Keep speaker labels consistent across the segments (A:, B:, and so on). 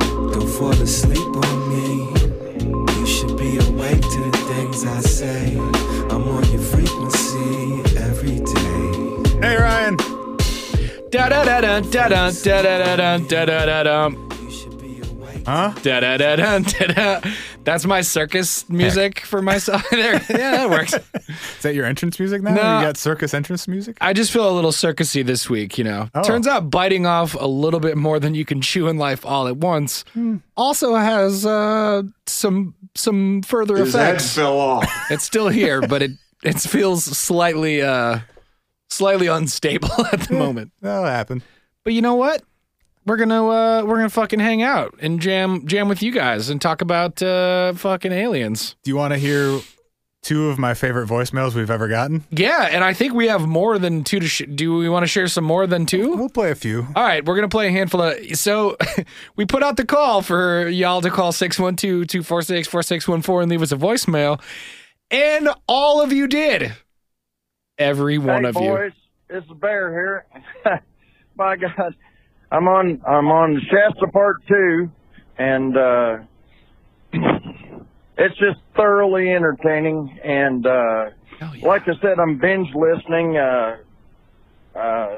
A: fall asleep on me. You should be awake to the things I say. I'm on your frequency every day.
B: Hey, Ryan.
C: Da da da da da da da da da da da da da
A: You should be awake.
B: Huh?
C: da da da da da da. That's my circus music for myself. there, yeah, that works.
B: Is that your entrance music now?
C: No.
B: You got circus entrance music?
C: I just feel a little circusy this week, you know.
B: Oh.
C: Turns out biting off a little bit more than you can chew in life all at once also has uh, some some further
D: His head
C: effects.
D: fell off.
C: It's still here, but it it feels slightly uh, slightly unstable at the moment.
B: That'll happen.
C: But you know what? We're gonna uh, we're gonna fucking hang out and jam jam with you guys and talk about uh, fucking aliens.
B: Do you want to hear two of my favorite voicemails we've ever gotten?
C: Yeah, and I think we have more than two to. Sh- Do we want to share some more than two?
B: We'll play a few.
C: All right, we're going to play a handful of. So we put out the call for y'all to call 612 246 4614 and leave us a voicemail. And all of you did. Every one
E: hey,
C: of you.
E: boys, It's the bear here. My God, I'm on I'm on Shasta Part Two, and uh, it's just thoroughly entertaining. And uh,
C: Hell yeah.
E: like I said, I'm binge listening. Uh, uh,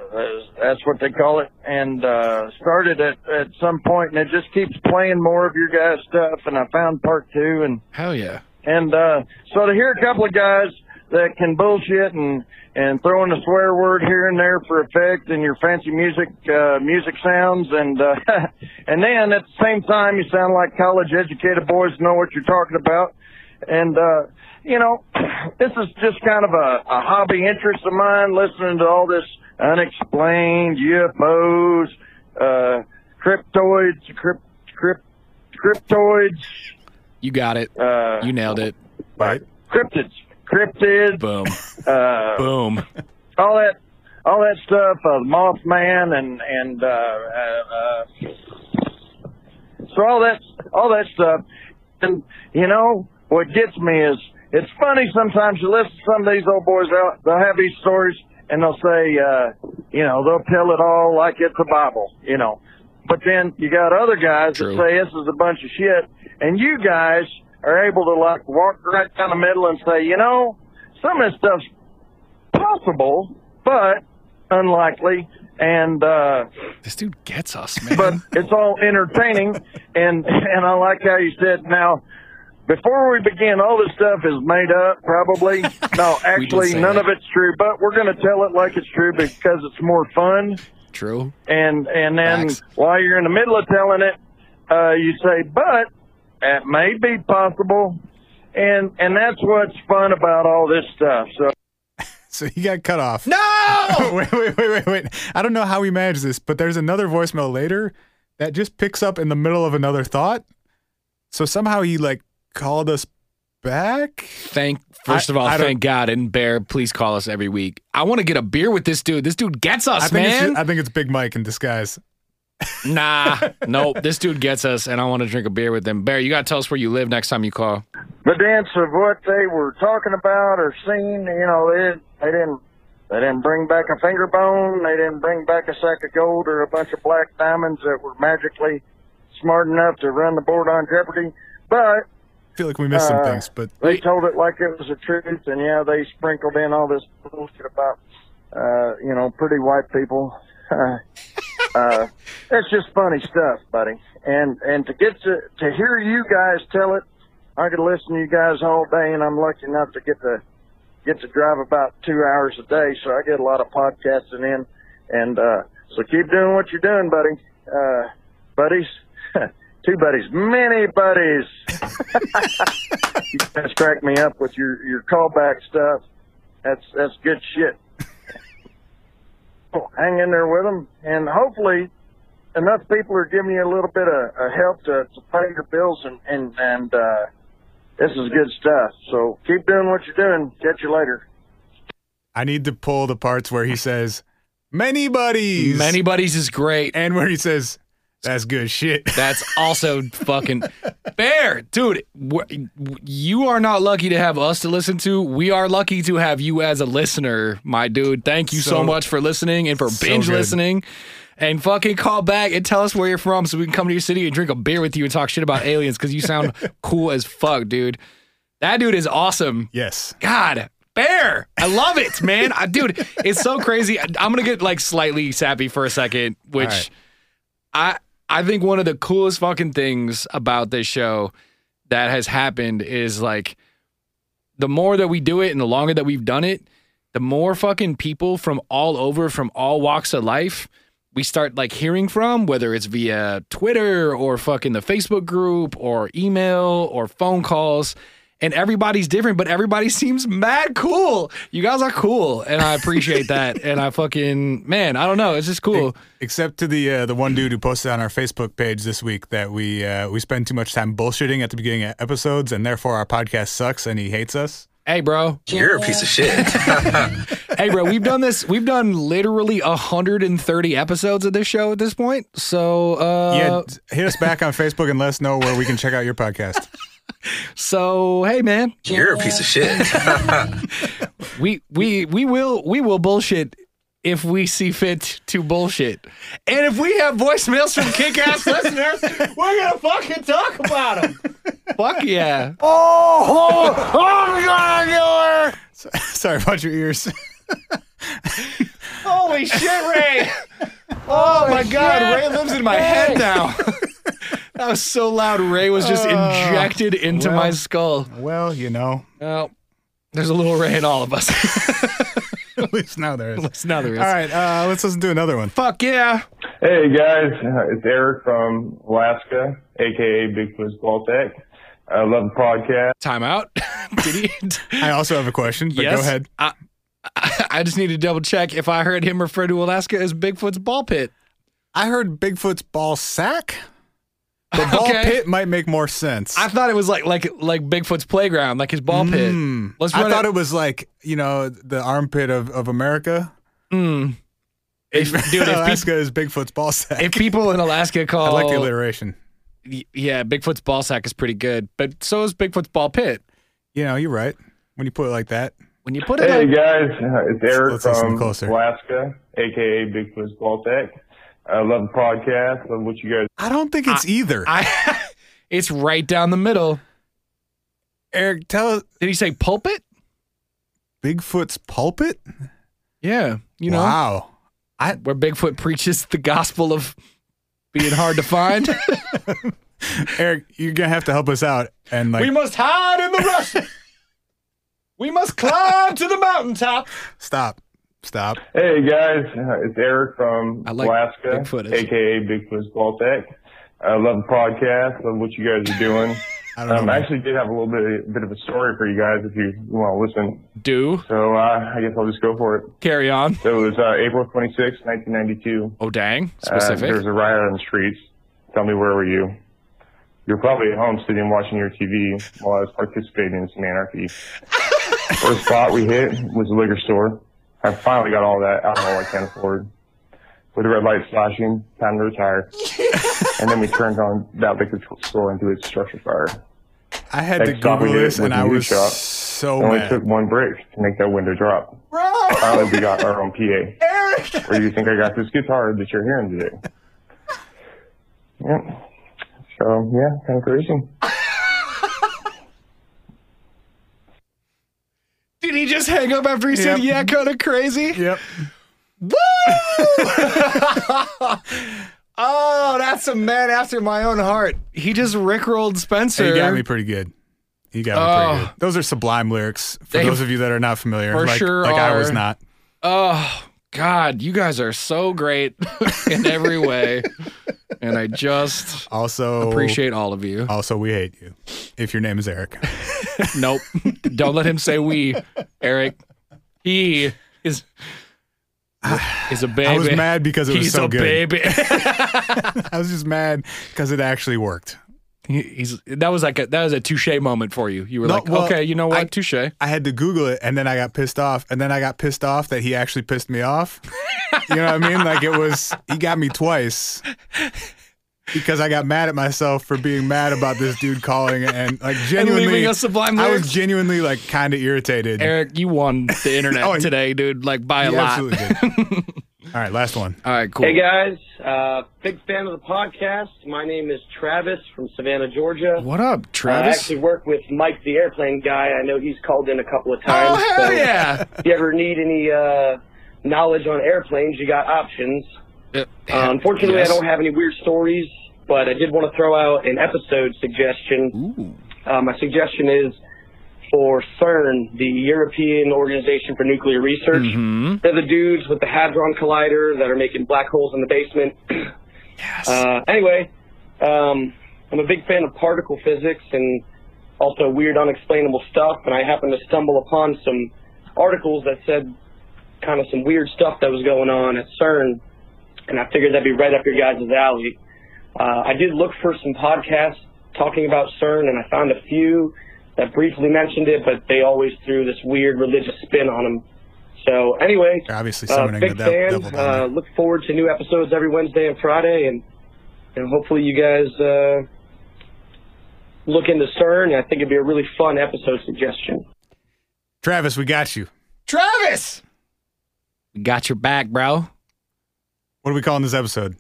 E: that's what they call it. And uh, started at at some point, and it just keeps playing more of your guys' stuff. And I found Part Two, and
C: Hell yeah.
E: and uh, so to hear a couple of guys that can bullshit and and throw in a swear word here and there for effect and your fancy music uh, music sounds and uh, and then at the same time you sound like college educated boys know what you're talking about and uh, you know this is just kind of a, a hobby interest of mine listening to all this unexplained UFOs uh, cryptoids crypt, crypt cryptoids
C: You got it.
E: uh,
C: You nailed it.
B: Right.
E: cryptids, cryptids,
C: Boom.
E: uh,
C: Boom.
E: all that, all that stuff. Uh, Mothman and and uh, uh, uh, so all that, all that stuff. And you know what gets me is it's funny sometimes you listen to some of these old boys out. They'll have these stories and they'll say, uh, you know, they'll tell it all like it's the Bible, you know. But then you got other guys
C: True.
E: that say this is a bunch of shit, and you guys are able to like walk right down the middle and say, you know, some of this stuff's possible, but unlikely. And uh,
C: This dude gets us, man.
E: but it's all entertaining, and and I like how you said now. Before we begin, all this stuff is made up, probably. No, actually,
C: say
E: none
C: that.
E: of it's true. But we're going to tell it like it's true because it's more fun
C: True.
E: and and then
C: Facts.
E: while you're in the middle of telling it, uh, you say, "But it may be possible," and and that's what's fun about all this stuff. So
B: So you got cut off.
C: No!
B: wait, wait, wait, wait, wait. I don't know how we managed this, but there's another voicemail later that just picks up in the middle of another thought. So somehow he like called us back.
C: Thank first of all,
B: I don't-
C: thank God and Bear, please call us every week. I want to get a beer with this dude. This dude gets us,
B: I think it's
C: man.
B: ju- I think it's Big Mike in disguise.
C: Nah, nope. This dude gets us, and I want to drink a beer with him. Bear, you gotta tell us where you live next time you call.
E: the dance of what they were talking about or seen, you know, they didn't they didn't they didn't bring back a finger bone, they didn't bring back a sack of gold or a bunch of black diamonds that were magically smart enough to run the board on Jeopardy, but
B: I feel like we missed some
E: Uh,
B: things, but
E: They told it like it was the truth, and yeah, they sprinkled in all this bullshit about, uh, you know, pretty white people. uh, it's just funny stuff, buddy. And and to get to to hear you guys tell it, I could listen to you guys all day, and I'm lucky enough to get to get to drive about two hours a day, so I get a lot of podcasting in. And uh, so keep doing what you're doing, buddy. Uh, buddies, two buddies, many buddies. you guys crack me up with your your callback stuff. That's that's good shit. Oh, Hang in there with them, and hopefully, enough people are giving you a little bit of, of help to, to pay your bills, and and and uh, this is good stuff. So keep doing what you're doing. Catch you later.
B: I need to pull the parts where he says many buddies,
C: Many buddies is great.
B: and where he says That's good shit.
C: That's also fucking fair, dude. w- You are not lucky to have us to listen to. We are lucky to have you as a listener, my dude. Thank you so,
B: So-
C: much for listening and for
B: so
C: binge
B: good.
C: listening. And fucking call back and tell us where you're from so we can come to your city and drink a beer with you and talk shit about aliens because you sound cool as fuck, dude. That dude is awesome.
B: Yes.
C: God, bear. I love it, man. I, dude, it's so crazy. I, am gonna get like slightly sappy for a second, which
B: right.
C: I I think one of the coolest fucking things about this show that has happened is like the more that we do it and the longer that we've done it, the more fucking people from all over, from all walks of life, we start like hearing from, whether it's via Twitter or fucking the Facebook group or email or phone calls. And everybody's different, but everybody seems mad cool. You guys are cool. And I appreciate that. and I fucking, man, I don't know. It's just cool.
B: Except to the uh, the one dude who posted on our Facebook page this week that we uh, we spend too much time bullshitting at the beginning of episodes and therefore our podcast sucks and he hates us.
C: Hey, bro.
D: You're a piece of shit.
C: hey bro we've done this we've done literally 130 episodes of this show at this point so uh
B: yeah, d- hit us back on Facebook and let us know where we can check out your podcast.
C: so hey man
D: You're a piece of shit.
C: we we we will we will bullshit if we see fit to bullshit and if we have voicemails from kick-ass listeners we're gonna fucking talk about them fuck yeah Oh,
B: So- Sorry about your ears.
C: holy shit ray oh my god ray lives in my head now that was so loud ray was just injected into my
B: Oh, well.
C: skull
B: well, you know,
C: Well, there's a little Ray in all of us.
B: at least now there is.
C: it's now there is.
B: All right, uh, let's listen to another one.
C: Fuck yeah.
F: Hey guys, Uh, it's Eric from Alaska, aka Big Quiz Baltic. I love the podcast.
C: Time out. Did he?
B: I also have a question, but
C: yes.
B: go ahead.
C: I, I, I just need to double check if I heard him refer to Alaska as Bigfoot's ball pit.
B: I heard Bigfoot's ball sack. The ball
C: Okay.
B: pit might make more sense.
C: I thought it was like like like Bigfoot's playground, like his ball
B: Mm.
C: pit. Let's run
B: I thought
C: it.
B: it was like, you know, the armpit of, of America.
C: Mm. If, dude, if, peop-
B: Alaska is Bigfoot's ball sack.
C: if people in Alaska
B: I
C: call
B: like the alliteration.
C: y- yeah, Bigfoot's ball sack is pretty good, but so is Bigfoot's ball pit.
B: You know, you're right. When you put it like that,
C: When you put it
F: Hey
C: like
F: guys, Uh, it's Eric
B: let's listen
F: from
B: closer.
F: Alaska, aka Big Quiz Baltic. I love the podcast. Love what you guys.
B: I don't think it's either.
C: I, it's right down the middle.
B: Eric, tell us
C: Did he say pulpit?
B: Bigfoot's pulpit?
C: Yeah, you know.
B: wow.
C: where Bigfoot preaches the gospel of being hard to find.
B: Eric, you're going to have to help us out. And like,
C: must hide in the brush. we must climb to the mountaintop.
B: stop. Stop.
F: Hey guys, Uh, it's Eric from
C: I like
F: Alaska,
C: Bigfoot as-
F: aka Big Quiz Baltic. I love the podcast. Love what you guys are doing.
B: I don't know.
F: Um, I
B: man.
F: actually did have a little bit, bit of a story for you guys if you want to listen.
C: Do
F: So uh, I guess I'll just go for it.
C: carry on.
F: So it was uh, April 26, 1992.
C: Oh dang,
F: Uh,
C: specific.
F: there was a riot on the streets. Tell me, where were you? You're probably at home sitting and watching your TV while I was participating in some anarchy. First spot we hit was the liquor store. I finally got all that alcohol I can't afford. With the red light flashing, time to retire. and then we turned on that liquor store into its structure fire.
B: I had to
F: next time we
B: Google
F: hit it
B: this
F: with
B: and
F: the
B: I
F: new
B: was
F: shot.
B: so
F: It only
B: mad.
F: took one break to make that window drop. Finally, we got our own PA. Where do you think I got this guitar that you're hearing today? Yep. So yeah, kind of crazy.
C: Did he just hang up after he said,
B: Yep.
C: "Yeah, kind of crazy"?
B: Yep.
C: Oh, that's a man after my own heart. He just rickrolled Spencer.
B: He got me pretty good. He got me
C: Oh.
B: pretty good. Those are sublime lyrics for
C: They
B: those of you that are not familiar.
C: for
B: like,
C: sure
B: like I was
C: are.
B: not.
C: Oh God, you guys are so great in every way, and I just
B: Also
C: appreciate all of you.
B: Also, we hate you. If your name is Eric.
C: Nope. Don't let him say we, Eric. He is is a baby.
B: I was mad because it was
C: He's
B: so
C: a
B: good.
C: baby.
B: I was just mad because it actually worked.
C: He- He's that was like a that was a touche moment for you. You were
B: No,
C: like,
B: well,
C: okay, you know what,
B: I-
C: touche.
B: I had to Google it and then I got pissed off. And then I got pissed off that he actually pissed me off. you know what I mean? Like it was, he got me twice. because I got mad at myself for being mad about this dude calling and like genuinely
C: leaving us sublime
B: I was
C: lyrics?
B: genuinely like kind of irritated.
C: Eric, you won the internet
B: Oh,
C: today, dude. Like by a
B: You
C: lot.
B: absolutely did. All right, last one.
C: All right, cool.
G: Hey guys, uh, big fan of the podcast. My name is Travis from Savannah, Georgia.
C: What up,
G: I
C: Travis?
G: actually work with Mike, the airplane guy. I know he's called in a couple of
C: oh
G: times.
C: hell yeah!
G: If you ever need any uh, knowledge on airplanes, you got options.
C: Uh,
G: Uh, unfortunately,
C: yes.
G: I don't have any weird stories, but I did want to throw out an episode suggestion. Uh, my suggestion is for CERN, the European Organization for Nuclear Research. They're the dudes with the Hadron Collider that are making black holes in the basement. yes. Uh, anyway, um, I'm a big fan of particle physics and also weird, unexplainable stuff, and I happened to stumble upon some articles that said kind of some weird stuff that was going on at CERN and I figured that'd be right up your guys' alley. Uh, I did look for some podcasts talking about CERN, and I found a few that briefly mentioned it, but they always threw this weird religious spin on them. So anyway,
B: They're obviously
G: uh,
B: summoning
G: big
B: the dev-
G: fan.
B: devil down
G: Uh, look forward to new episodes every Wednesday and Friday, and and hopefully you guys uh, look into CERN. I think it'd be a really fun episode suggestion.
B: Travis, we got you.
C: Travis, we got your back, bro.
B: What are we calling this episode?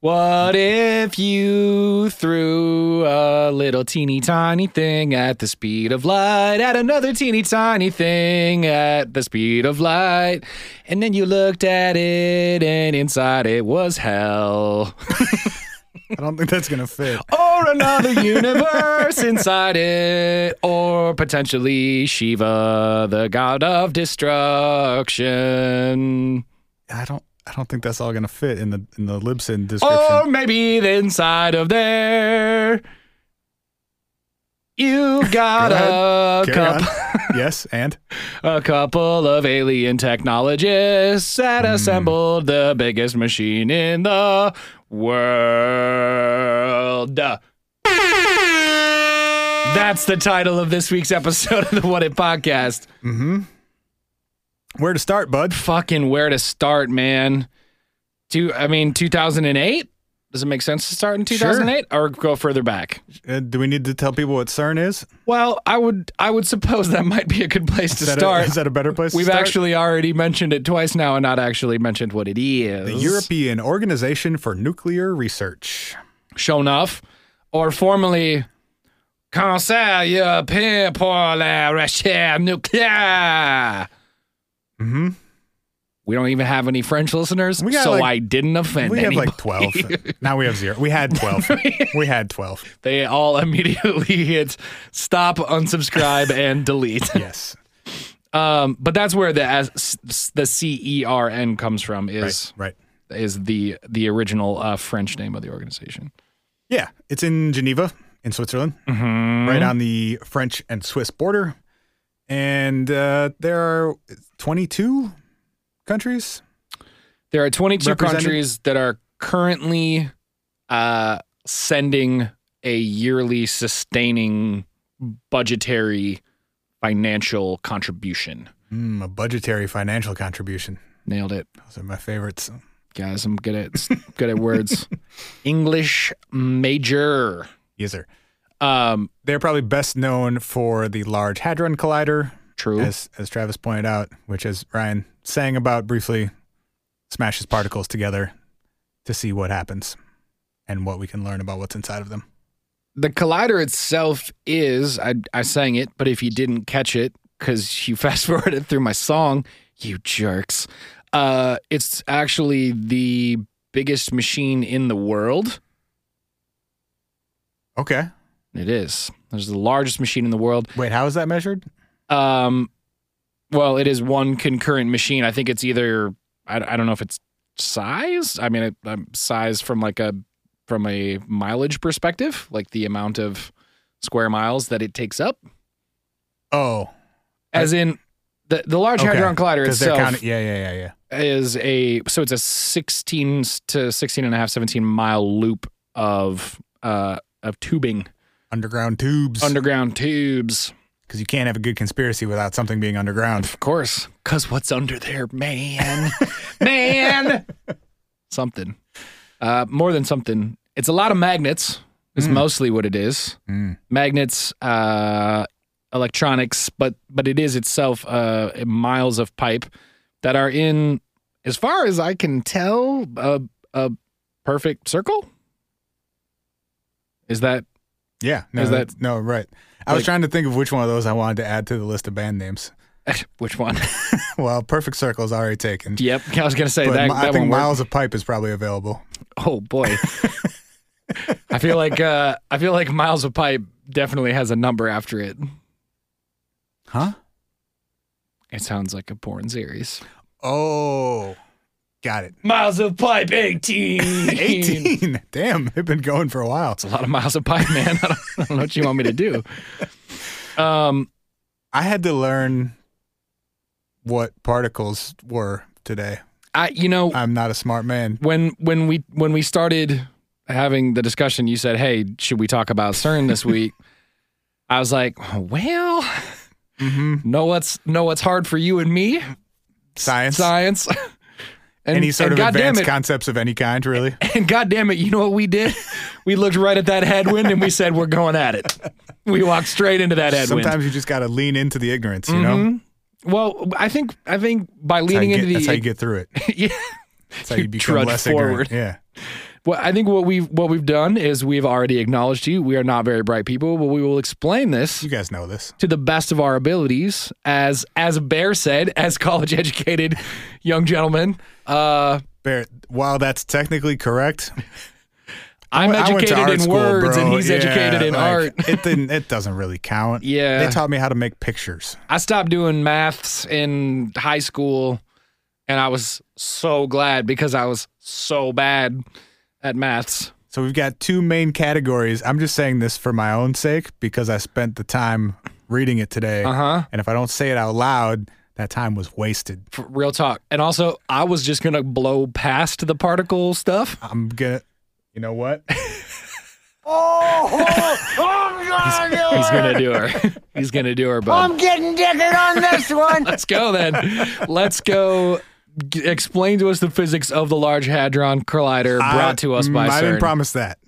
C: What if you threw a little teeny tiny thing at the speed of light at another teeny tiny thing at the speed of light? And then you looked at it and inside it was hell.
B: I don't think that's gonna fit.
C: Or another universe inside it. Or potentially Shiva, the god of destruction.
B: I don't. I don't think that's all gonna fit in the in the
C: Oh,
B: Libsyn description.
C: Or maybe the inside of there. You've got
B: Go
C: a,
B: Carry on.
C: cup,
B: yes, and
C: a couple of alien technologists that
B: Hmm.
C: assembled the biggest machine in the world. That's the title of this week's episode of the What It Podcast.
B: where to start, bud?
C: Fucking where to start, man. Do I mean 2008? Does it make sense to start in 2008 or go further back?
B: Uh, do we need to tell people what CERN is?
C: Well, I would I would suppose that might be a good place to
B: Is that a-
C: start.
B: is that a better place?
C: We've
B: to start?
C: actually already mentioned it twice now and not actually mentioned what it is.
B: the European Organization for Nuclear Research.
C: shown off or formerly Conseil European pour la recherche nucléaire.
B: Mhm.
C: We don't even have any French listeners,
B: We got,
C: so
B: like-
C: I didn't offend
B: we have
C: anybody.
B: like twelve. now we have zero. We had twelve. we had twelve.
C: they all immediately hit stop, unsubscribe, and delete.
B: Yes.
C: Um, but that's where the S- the C E R N comes from is
B: Right.
C: is the the original uh, French name of the organization.
B: Yeah, it's in Geneva, in Switzerland, right on the French and Swiss border, and uh, there are twenty-two countries.
C: There are 22
B: Represented?
C: countries that are currently uh, sending a yearly sustaining budgetary financial contribution.
B: Mm, a budgetary financial contribution.
C: Nailed it,
B: Those are my favorites.
C: guys. I'm good at good at words. English major.
B: Yes, sir.
C: Um,
B: They're probably best known for the Large Hadron Collider,
C: true.
B: as as Travis pointed out, which as Ryan sang about briefly, smashes particles together to see what happens and what we can learn about what's inside of them.
C: the collider itself is I, I sang it but if you didn't catch it because you fast forwarded through my song you jerks uh, it's actually the biggest machine in the world
B: Okay.
C: it is it's the largest machine in the world
B: Wait, how is that measured?
C: um, well it is one concurrent machine i think it's either i, I don't know if it's size i mean it, um, size from like a from a mileage perspective like the amount of square miles that it takes up
B: Oh,
C: as in the the Large
B: Okay.
C: Hadron Collider
B: because they're
C: itself
B: counting. Yeah, yeah, yeah, yeah.
C: is a so it's a 16 to 16 and a half 17 mile loop of uh of tubing
B: Underground tubes. Because
C: underground tubes
B: you can't have a good conspiracy without something being underground.
C: of course cuz what's under there man man something uh more than something It's a lot of magnets. Is
B: Hmm.
C: mostly what it is.
B: Mm.
C: Magnets, uh, electronics, but but it is itself uh, miles of pipe that are in, as far as I can tell, a, a perfect circle. Is that
B: Yeah. No,
C: Is
B: that,
C: that-
B: no, right. I was
C: like-
B: trying to think of which one of those I wanted to add to the list of band names.
C: which one?
B: Well, Perfect Circle is already taken.
C: yep, I was gonna say
B: But
C: that.
B: mi- I
C: that
B: think
C: one worked.
B: Miles of Pipe is probably available.
C: Oh boy. I feel like uh, I feel like Miles of Pipe definitely has a number after it.
B: Huh?
C: It sounds like a porn series.
B: Oh, got it.
C: Miles of Pipe 18. 18.
B: 18. Damn, they've been going for a while.
C: It's a lot of miles of pipe, man. I don't, I don't know what you want me to do. Um,
B: I had to learn what particles were today.
C: I you know
B: I'm not a smart man.
C: when when we when we started having the discussion, you said, "Hey, should we talk about CERN this week?" I was like, "Well,
B: Mm-hmm.
C: know what's know what's hard for you and me."
B: Science.
C: science. And,
B: Any sort of
C: and God damn
B: advanced
C: it,
B: concepts of any kind, really.
C: and goddamn it, you know what we did? We looked right at that headwind and we said we're going at it. We walked straight into that headwind.
B: Sometimes you just got to lean into the ignorance, you know?
C: well, I think I think by
B: That's how
C: Mm-hmm. leaning
B: you, get,
C: into
B: that's how
C: the
B: you get through it.
C: yeah,
B: That's how
C: You
B: you become
C: trudge
B: less
C: forward.
B: ignorant. Yeah.
C: well, I think what we've what we've done is we've already acknowledged you. We are not very bright people, but we will explain this
B: You guys know this.
C: to the best of our abilities, as as Bear said, as college educated young gentlemen. Uh,
B: Barrett, while that's technically correct,
C: I'm
B: I went to
C: educated
B: art
C: in
B: school,
C: words,
B: bro.
C: and he's
B: Yeah,
C: educated in
B: like,
C: art.
B: It didn't. It doesn't really count.
C: Yeah.
B: they taught me how to make pictures.
C: I stopped doing maths in high school and I was so glad because I was so bad at maths.
B: So we've got two main categories. I'm just saying this for my own sake because I spent the time reading it today.
C: Uh-huh.
B: And if I don't say it out loud, that time was wasted.
C: For real talk. And also, I was just going to blow past the particle stuff.
B: I'm gonna. You know what?
C: He's going to do her. He's going to do her, bud. I'm getting dicked on this one. Let's go then. Let's go. G- explain to us the physics of the Large Hadron Collider brought
B: I-
C: to us by
B: mm, I didn't
C: CERN.
B: promise that.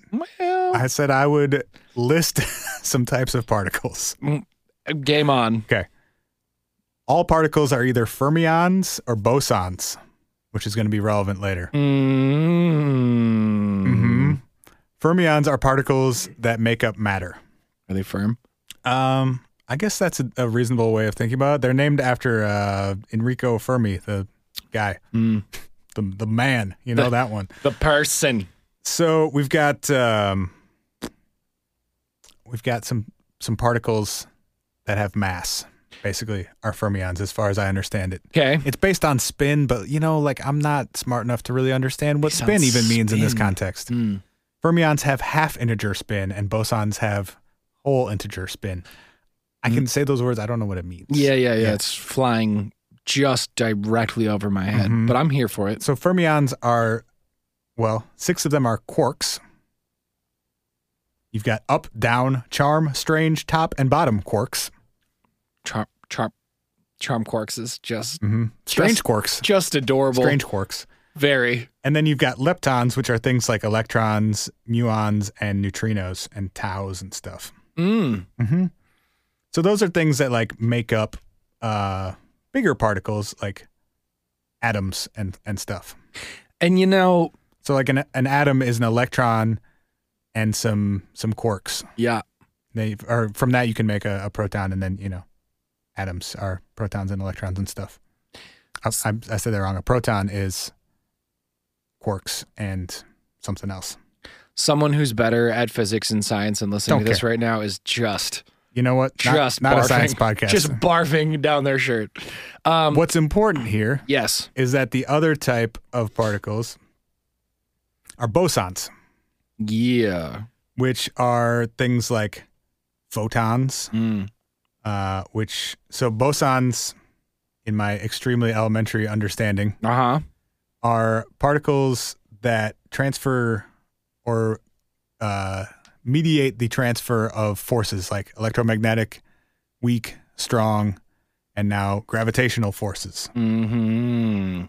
B: I said I would list some types of particles.
C: Well, game on.
B: Okay. All particles are either fermions or bosons, which is going to be relevant later.
C: Mm.
B: hmm Fermions are particles that make up matter.
C: Are they firm?
B: Um, I guess that's a, a reasonable way of thinking about it. They're named after uh, Enrico Fermi, the guy,
C: Mm.
B: the the man. You know that one.
C: The person.
B: So we've got um, we've got some some particles that have mass. Basically, are fermions, as far as I understand it.
C: Okay.
B: It's based on spin, but you know, like I'm not smart enough to really understand what
C: Based
B: spin
C: on
B: even means in this
C: spin.
B: context.
C: Hmm.
B: Fermions have half integer spin, and bosons have whole integer spin. I can say those words. I don't know what it means.
C: Hmm. Yeah, yeah, yeah, It's flying just directly over my head,
B: Mhm.
C: but I'm here for it.
B: So fermions are, well, six of them are quarks. You've got up, down, charm, strange, top, and bottom quarks.
C: Charm, charm, charm quarks is just
B: Mm-hmm. Strange
C: Just-
B: quarks.
C: just adorable.
B: Strange quarks.
C: Very.
B: And then you've got leptons, which are things like electrons, muons, and neutrinos, and taus and stuff.
C: Mm.
B: hmm So those are things that like make up uh, bigger particles, like atoms and and stuff.
C: And you know,
B: So like an an atom is an electron and some some quarks.
C: yeah,
B: They or from that you can make a, a proton, and then you know atoms are protons and electrons and stuff. I, I, I said that wrong. A proton is quarks and something else.
C: someone who's better at physics and science and listening
B: Don't
C: to this right now is just,
B: You know what? Not-
C: just
B: not,
C: barfing,
B: a science podcast.
C: just barfing down their shirt. Um,
B: What's important here
C: Yes.
B: is that the other type of particles are bosons,
C: Yeah.
B: which are things like photons,
C: Mm.
B: uh, which, so bosons, in my extremely elementary understanding,
C: Uh huh.
B: are particles that transfer or uh, mediate the transfer of forces like electromagnetic, weak, strong, and now gravitational forces.
C: Hmm.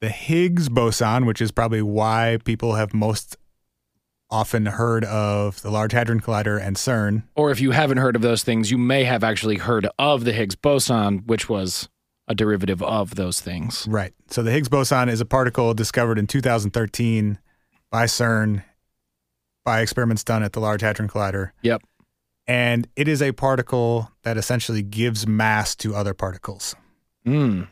B: the Higgs boson, which is probably why people have most often heard of the Large Hadron Collider and CERN.
C: Or if you haven't heard of those things, you may have actually heard of the Higgs boson, which was a derivative of those things.
B: Right. So the Higgs boson is a particle discovered in 2013 by CERN by experiments done at the Large Hadron Collider.
C: Yep.
B: And it is a particle that essentially gives mass to other particles.
C: Mm.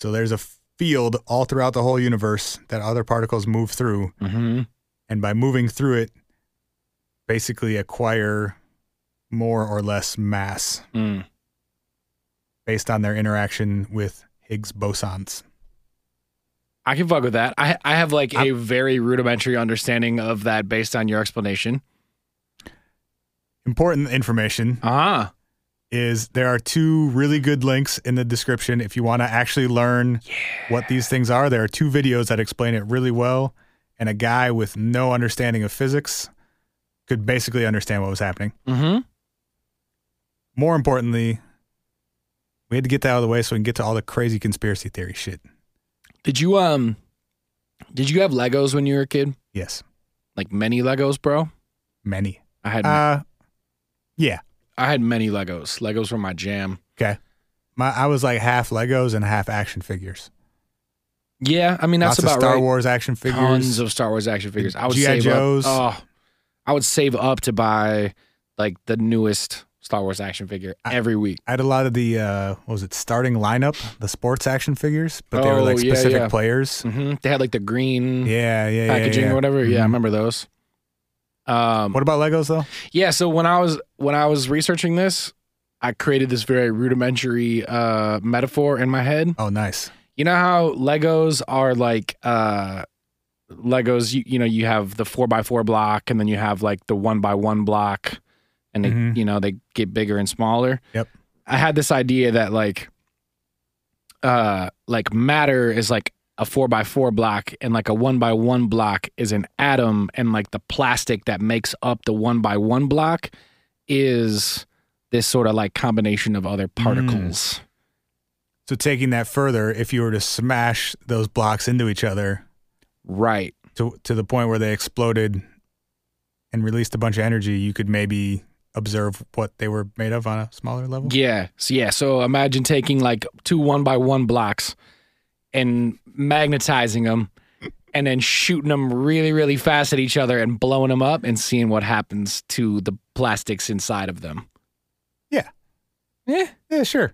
B: So there's a field all throughout the whole universe that other particles move through.
C: hmm
B: And by moving through it, basically acquire more or less mass
C: Mm.
B: based on their interaction with Higgs bosons.
C: I can fuck with that. I I have like a very rudimentary understanding of that based on your explanation.
B: Important information
C: Ah,
B: is there are two really good links in the description if you want to actually learn what these things are. There are two videos that explain it really well, and a guy with no understanding of physics could basically understand what was happening.
C: hmm
B: More importantly, we had to get that out of the way so we can get to all the crazy conspiracy theory shit.
C: Did you um, did you have Legos when you were a kid?
B: Yes,
C: Like many Legos, bro.
B: many.
C: I had
B: Uh, yeah.
C: I had many Legos. Legos were my jam.
B: Okay. My, I was like half Legos and half action figures.
C: Yeah, I mean
B: Lots
C: that's about
B: of Star
C: right.
B: Wars action figures.
C: Tons of Star Wars action figures. I would
B: G.I.
C: save
B: Joes.
C: up. Oh, I would save up to buy like the newest Star Wars action figure every week.
B: I had a lot of the uh, what was it starting lineup, the sports action figures, but they were
C: Oh,
B: like
C: yeah,
B: specific
C: yeah.
B: players.
C: hmm They had like the green
B: Yeah, yeah, yeah.
C: packaging
B: yeah.
C: or whatever. Yeah, I
B: Mhm.
C: remember those. Um,
B: What about Legos though?
C: Yeah, so when I was when I was researching this, I created this very rudimentary uh metaphor in my head.
B: Oh, nice.
C: You know how Legos are like uh Legos, you, you know, you have the four by four block and then you have like the one by one block and they
B: Mhm.
C: you know, they get bigger and smaller.
B: Yep.
C: I had this idea that like uh like matter is like a four by four block and like a one by one block is an atom and like the plastic that makes up the one by one block is this sort of like combination of other particles.
B: So taking that further, if you were to smash those blocks into each other
C: Right.
B: to to the point where they exploded and released a bunch of energy, you could maybe observe what they were made of on a smaller level.
C: Yeah. So yeah. So imagine taking like two one by one blocks and magnetizing them and then shooting them really, really fast at each other and blowing them up and seeing what happens to the plastics inside of them.
B: Yeah, sure.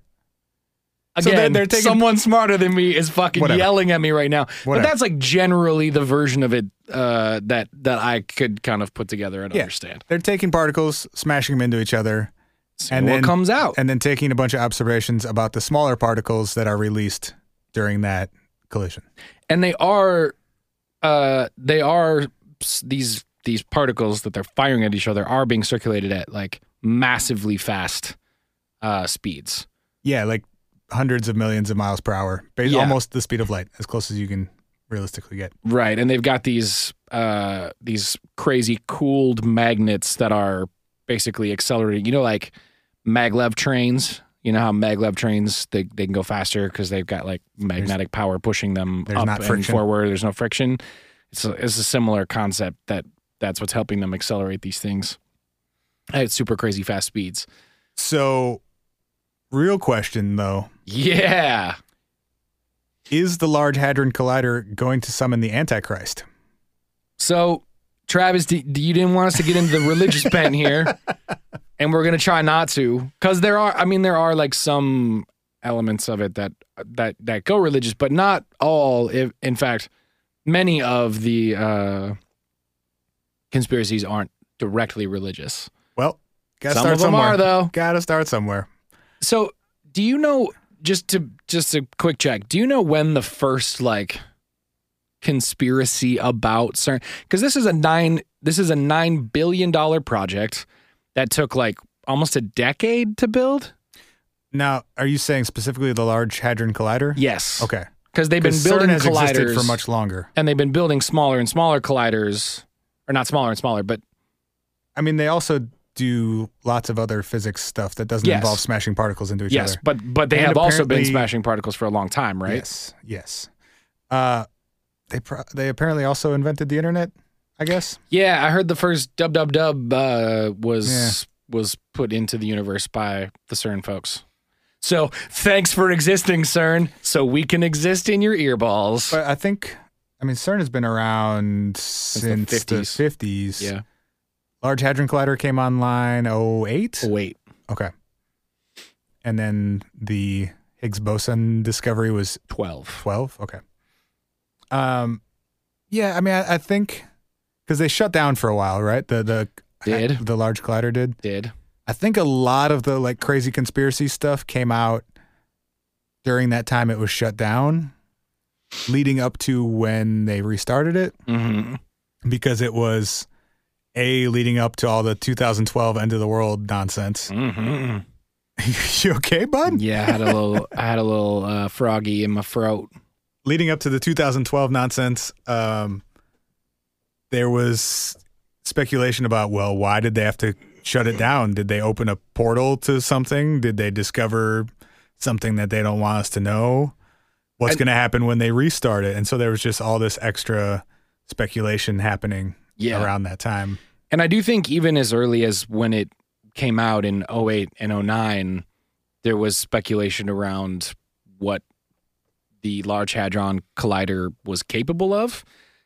B: So
C: Again,
B: they're- they're taking-
C: someone smarter than me is fucking
B: Whatever.
C: yelling at me right now.
B: Whatever.
C: But that's like generally the version of it uh, that that I could kind of put together and
B: Yeah.
C: understand.
B: They're taking particles, smashing them into each other,
C: See
B: And
C: what
B: then-
C: comes out?
B: and then taking a bunch of observations about the smaller particles that are released during that collision.
C: and they are uh they are s- these these particles that they're firing at each other are being circulated at like massively fast uh speeds
B: Yeah, like hundreds of millions of miles per hour, ba-
C: Yeah.
B: almost the speed of light, as close as you can realistically get.
C: right and they've got these uh these crazy cooled magnets that are basically accelerating you know like maglev trains you know how maglev trains they, they can go faster because they've got like magnetic power pushing them
B: there's
C: up
B: not
C: and
B: friction.
C: forward there's no friction it's a, it's a similar concept that that's what's helping them accelerate these things at super crazy fast speeds
B: So, real question though
C: yeah
B: is the Large Hadron Collider going to summon the Antichrist?
C: so travis d- d- you didn't want us to get into the religious bent here and we're gonna try not to because there are i mean there are like some elements of it that that that go religious but not all if, in fact many of the uh conspiracies aren't directly religious
B: Well, gotta
C: Some
B: start
C: of them
B: somewhere.
C: are, though.
B: Gotta start somewhere.
C: So, do you know just to just a quick check? Do you know when the first like conspiracy about CERN? Because this is a nine this is a nine billion dollar project that took like almost a decade to build.
B: Now, are you saying specifically the Large Hadron Collider?
C: Yes.
B: Okay.
C: Because they've been
B: 'Cause
C: building
B: CERN has existed
C: colliders
B: for much longer.
C: and they've been building smaller and smaller colliders, or not smaller and smaller, but
B: I mean, they also do lots of other physics stuff that doesn't
C: Yes.
B: involve smashing particles into each
C: yes,
B: other.
C: but but they
B: And
C: have also been
B: apparently-
C: smashing particles for a long time, right?
B: Yes. Yes. Uh, they pro- they apparently also invented the internet. I guess.
C: Yeah, I heard the first dub dub dub uh, was
B: Yeah.
C: was put into the universe by the CERN folks. So thanks for existing, CERN, so we can exist in your earballs.
B: But I think, I mean, CERN has been around since,
C: the
B: the
C: 50s.
B: 50s.
C: yeah.
B: Large Hadron Collider came online 08.
C: Oh, wait.
B: Okay. And then the Higgs boson discovery was
C: Twelve.
B: 12 okay um yeah i mean i, I think because they shut down for a while right the the
C: Did.
B: the large collider did
C: Did.
B: i think a lot of the like crazy conspiracy stuff came out during that time it was shut down leading up to when they restarted it
C: Mm-hmm.
B: because it was a leading up to all the 2012 end of the world nonsense
C: Mm-hmm.
B: you okay bud
C: Yeah, I had a little, I had a little uh, froggy in my throat.
B: leading up to the 2012 nonsense, um, there was speculation about well, why did they have to shut it down? Did they open a portal to something? Did they discover something that they don't want us to know? What's going to happen when they restart it? And so there was just all this extra speculation happening
C: Yeah.
B: around that time.
C: And I do think even as early as when it came out in 08 and 09, there was speculation around what the Large Hadron Collider was capable of.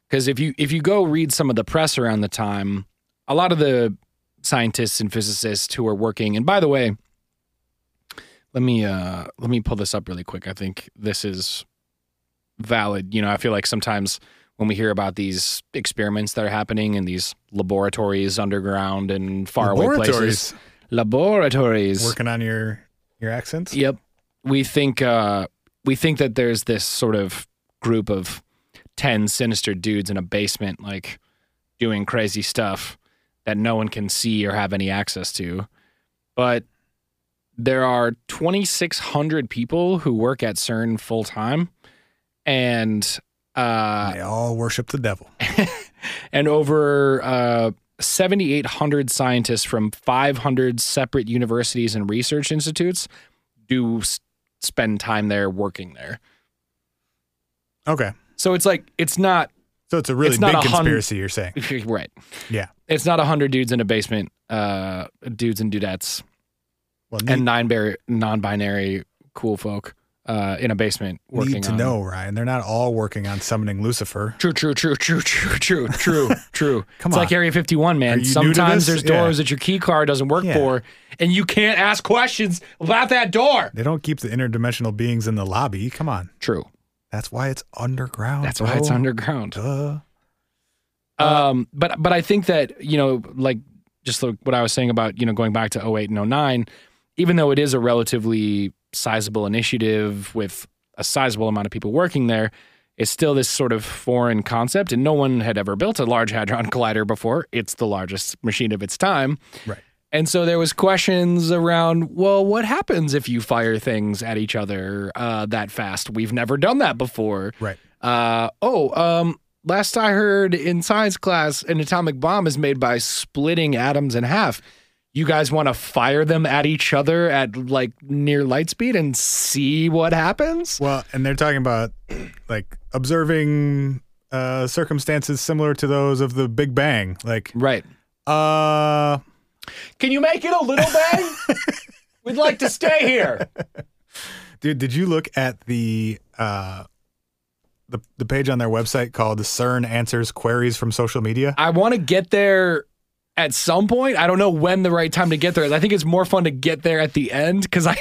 C: Because if you if you go read some of the press around the time, a lot of the scientists and physicists who are working, and by the way, let me uh, let me pull this up really quick. I think this is valid. You know, I feel like sometimes when we hear about these experiments that are happening in these laboratories underground and faraway places,
B: Laboratories
C: laboratories,
B: working on your your accents.
C: Yep. We think uh we think that there's this sort of group of 10 sinister dudes in a basement like doing crazy stuff that no one can see or have any access to. But there are 2600 people who work at CERN full time and uh
B: They all worship the devil.
C: and over uh, 7,800 scientists from 500 separate universities and research institutes do s- spend time there working there.
B: Okay,
C: So it's like it's not
B: so it's a really
C: It's not
B: big
C: a hun-
B: conspiracy. You're saying,
C: right.
B: yeah.
C: It's not hundred dudes in a basement, uh, dudes and dudettes,
B: Well, need,
C: and nine bar- non-binary cool folk uh, in a basement working
B: need to
C: on-
B: know, Ryan. They're not all working on summoning Lucifer.
C: True, true, true, true, true, true, true, true.
B: Come
C: it's like
B: on.
C: Area 51,
B: Are
C: man.
B: you new to
C: Sometimes
B: this?
C: there's doors
B: Yeah.
C: that your key card doesn't work
B: Yeah.
C: for, and you can't ask questions about that door.
B: They don't keep the interdimensional beings in the lobby. Come on.
C: True.
B: That's why it's underground.
C: That's why it's
B: bro.
C: underground.
B: Duh.
C: Um, but but I think that you know, like just like what I was saying about you know going back to 08 and 09, even though it is a relatively sizable initiative with a sizable amount of people working there, it's still this sort of foreign concept, and no one had ever built a large hadron collider before. It's the largest machine of its time,
B: Right.
C: and so there was questions around, well, what happens if you fire things at each other uh, that fast? We've never done that before.
B: Right.
C: Uh, oh, um, last I heard in science class, an atomic bomb is made by splitting atoms in half. You guys want to fire them at each other at like near light speed and see what happens?
B: Well, and they're talking about like observing uh circumstances similar to those of the Big Bang. Like
C: Right.
B: uh
C: Can you make it a little bang? We'd like to stay here.
B: dude, did you look at the uh the, the page on their website called CERN Answers Queries from Social Media?
C: I want to get there at some point. I don't know when the right time to get there is. I think it's more fun to get there at the end because I,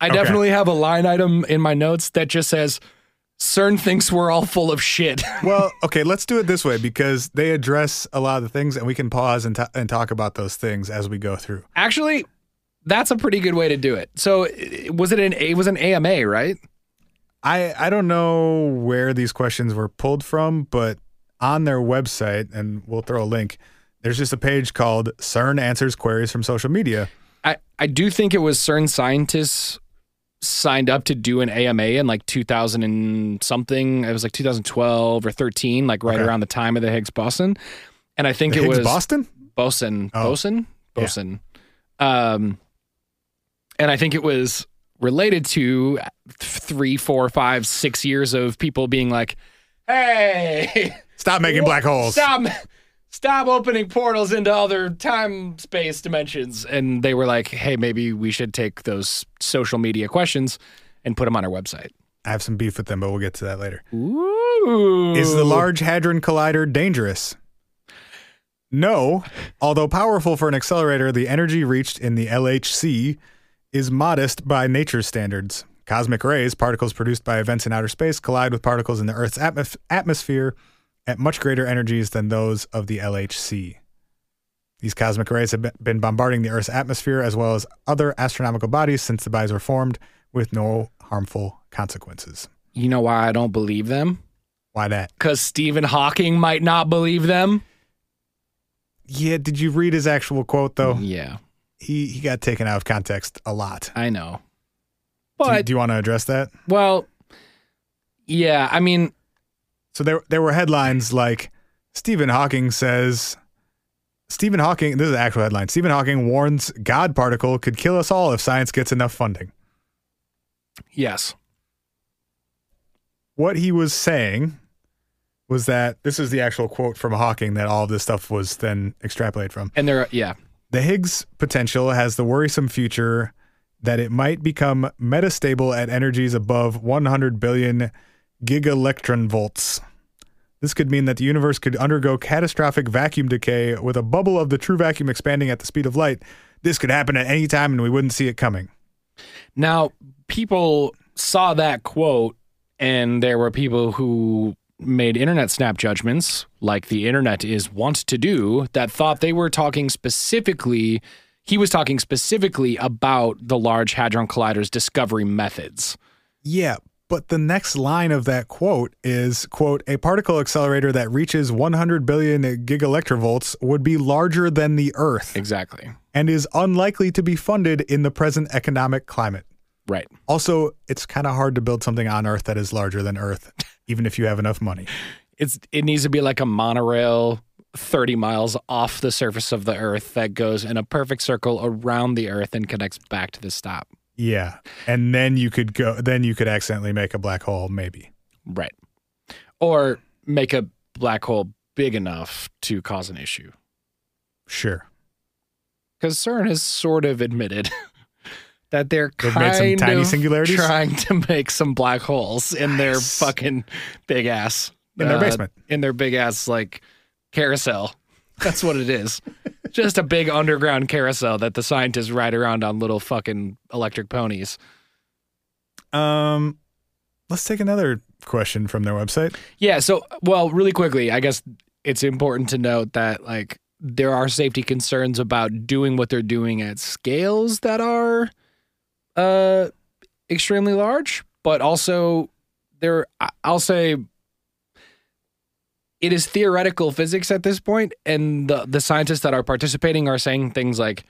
C: I
B: Okay.
C: definitely have a line item in my notes that just says, CERN thinks we're all full of shit.
B: well, okay, let's do it this way because they address a lot of the things and we can pause and, t- and talk about those things as we go through.
C: Actually, that's a pretty good way to do it. So i- was it an it was an AMA, right?
B: I I don't know where these questions were pulled from, but on their website, and we'll throw a link. There's just a page called CERN answers queries from social media.
C: I, I do think it was CERN scientists signed up to do an AMA in like 2000 and something. It was like 2012 or 13, like right
B: Okay.
C: around the time of the Higgs boson. And I think
B: The
C: it
B: Higgs
C: was
B: Boston.
C: boson,
B: Oh.
C: boson,
B: Yeah.
C: boson. Um, and I think it was related to three, four, five, six years of people being like, "Hey,
B: Stop making black holes.
C: Stop. stop opening portals into other time space dimensions. And they were like, hey, maybe we should take those social media questions and put them on our website.
B: I have some beef with them, but we'll get to that later.
C: Ooh.
B: Is the Large Hadron Collider dangerous? No. Although powerful for an accelerator, the energy reached in the LHC is modest by nature's standards. Cosmic rays, particles produced by events in outer space, collide with particles in the Earth's atmos- atmosphere at much greater energies than those of the LHC. These cosmic rays have be- been bombarding the Earth's atmosphere as well as other astronomical bodies since the bodies were formed with no harmful consequences.
C: You know why I don't believe them?
B: Why that?
C: Because Stephen Hawking might not believe them.
B: Yeah, did you read his actual quote though?
C: Yeah,
B: He he got taken out of context a lot.
C: I know.
B: Do you,
C: But,
B: do you want to address that?
C: well, yeah, I mean,
B: So there there were headlines like Stephen Hawking says Stephen Hawking this is an actual headline. Stephen Hawking warns God particle could kill us all if science gets enough funding.
C: yes.
B: What he was saying was that this is the actual quote from Hawking that all of this stuff was then extrapolated from.
C: And there, are, yeah.
B: The Higgs potential has the worrisome future that it might become metastable at energies above 100 billion gigaelectron volts. This could mean that the universe could undergo catastrophic vacuum decay with a bubble of the true vacuum expanding at the speed of light. This could happen at any time and we wouldn't see it coming.
C: Now, people saw that quote, and there were people who made internet snap judgments, like the internet is wont to do, that thought they were talking specifically, he was talking specifically about the Large Hadron Collider's discovery methods.
B: Yeah, but the next line of that quote is quote a particle accelerator that reaches 100 billion gigaelectrovolts would be larger than the earth.
C: Exactly.
B: and is unlikely to be funded in the present economic climate.
C: Right.
B: Also, it's kind of hard to build something on Earth that is larger than Earth, even if you have enough money.
C: It's it needs to be like a monorail 30 miles off the surface of the earth that goes in a perfect circle around the earth and connects back to the stop.
B: Yeah, and then you could go. Then you could accidentally make a black hole, maybe.
C: Right. Or make a black hole big enough to cause an issue.
B: Sure,
C: Because CERN has sort of admitted that they're
B: They've
C: kind
B: made some tiny
C: of
B: singularities?
C: trying to make some black holes in their fucking big ass.
B: in their
C: uh,
B: basement.
C: in their big ass like carousel. That's what it is. Just a big underground carousel that the scientists ride around on little fucking electric ponies.
B: Um, let's take another question from their website.
C: Yeah. So, well, really quickly, I guess it's important to note that like there are safety concerns about doing what they're doing at scales that are uh extremely large, but also there I- I'll say it is theoretical physics at this point and the the scientists that are participating are saying things like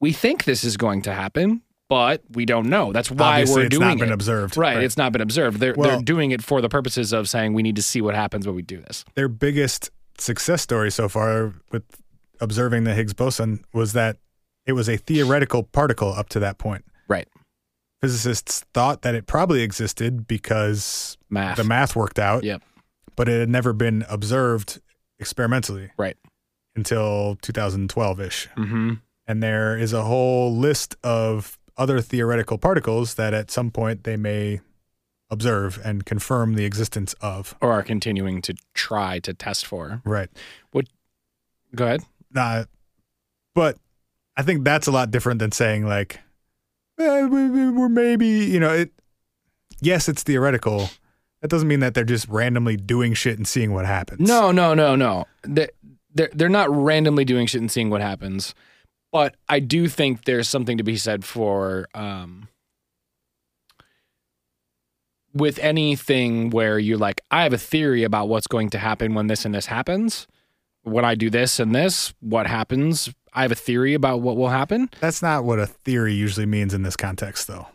C: we think this is going to happen, but we don't know. That's why
B: Obviously,
C: we're
B: it's
C: doing
B: not been
C: it.
B: observed.
C: Right, It's not been observed. They're, they're
B: Well-
C: doing it for the purposes of saying we need to see what happens when we do this.
B: their biggest success story so far with observing the Higgs boson was that it was a theoretical particle up to that point.
C: Right.
B: Physicists thought that it probably existed because
C: Math.
B: the math worked out.
C: Yep.
B: But it had never been observed experimentally.
C: Right.
B: Until 2012 ish.
C: hmm
B: And there is a whole list of other theoretical particles that at some point they may observe and confirm the existence of.
C: Or are continuing to try to test for.
B: Right.
C: Go ahead.
B: Nah, but I think that's a lot different than saying like eh, we- we- we're maybe you know it. Yes, it's theoretical. That doesn't mean that they're just randomly doing shit and seeing what happens.
C: No, no, no, no. They're, they're, they're not randomly doing shit and seeing what happens. But I do think there's something to be said for um, with anything where you're like, I have a theory about what's going to happen when this and this happens. When I do this and this, what happens? I have a theory about what will happen.
B: that's not what a theory usually means in this context, though.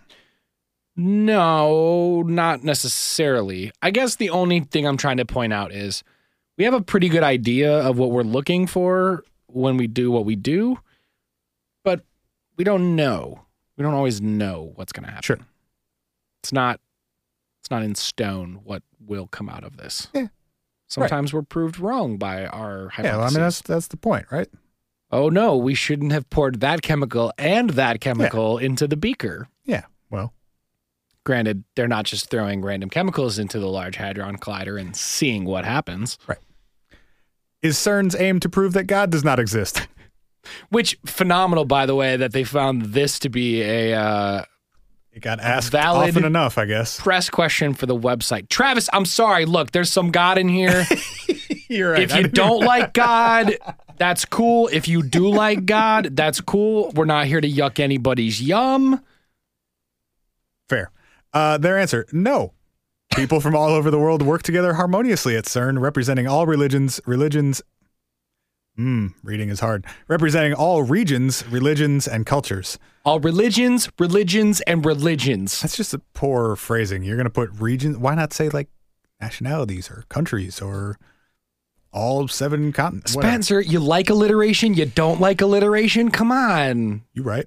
C: No, not necessarily. I guess the only thing I'm trying to point out is we have a pretty good idea of what we're looking for when we do what we do, but we don't know. We don't always know what's going to happen.
B: Sure.
C: It's not it's not in stone what will come out of this.
B: Yeah.
C: Sometimes we're proved wrong by our hypotheses.
B: Yeah, well, I mean that's that's the point, right?
C: oh no, we shouldn't have poured that chemical and that chemical into the beaker.
B: Yeah. Well,
C: Granted, they're not just throwing random chemicals into the Large Hadron Collider and seeing what happens,
B: is CERN's aim to prove that God does not exist?
C: which phenomenal, by the way, that they found this to be a uh,
B: It got asked
C: valid-
B: often enough, I guess.
C: press question for the website. Travis, I'm sorry. Look, there's some God in here.
B: You're right.
C: If
B: I
C: you
B: didn't-
C: don't like God, that's cool. If you do like God, that's cool. We're not here to yuck anybody's yum.
B: Fair. Uh, their answer no. People from all over the world work together harmoniously at CERN, representing all religions, religions. Mm, reading is hard. Representing all regions, religions, and cultures.
C: All religions, religions, and religions.
B: That's just a poor phrasing. You're going to put region. Why not say like nationalities or countries or all seven continents? Whatever.
C: Spencer, you like alliteration? You don't like alliteration? Come on.
B: You right.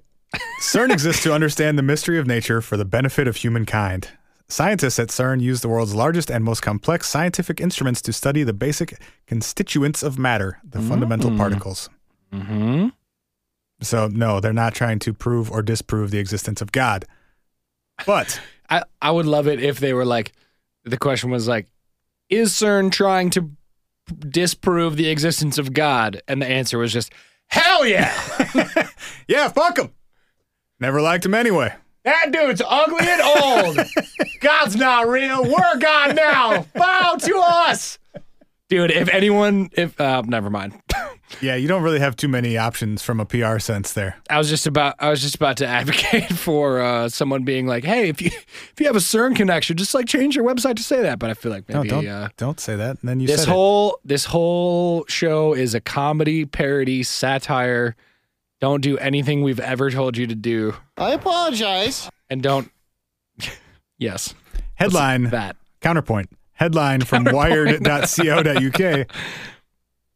B: CERN exists to understand the mystery of nature for the benefit of humankind. Scientists at CERN use the world's largest and most complex scientific instruments to study the basic constituents of matter, the fundamental particles.
C: Mm. Mm-hmm.
B: So, no, they're not trying to prove or disprove the existence of God. But
C: I, I would love it if they were like, the question was like, is CERN trying to disprove the existence of God? And the answer was just, hell yeah.
B: yeah, fuck 'em. Never liked him anyway.
C: That dude's ugly and old. God's not real. We're God now. Bow to us. Dude, if anyone, if, uh, never mind.
B: Yeah, you don't really have too many options from a PR sense there.
C: I was just about, I was just about to advocate for uh, someone being like, hey, if you, if you have a CERN connection, just like change your website to say that. But I feel like
B: No,
C: maybe,
B: Oh, don't
C: uh,
B: don't say that. And then you
C: this
B: said it.
C: whole, this whole show is a comedy, parody, satire. Don't do anything we've ever told you to do.
H: I apologize.
C: And don't, yes,
B: headline.
C: that.
B: Counterpoint headline from wired.co.uk.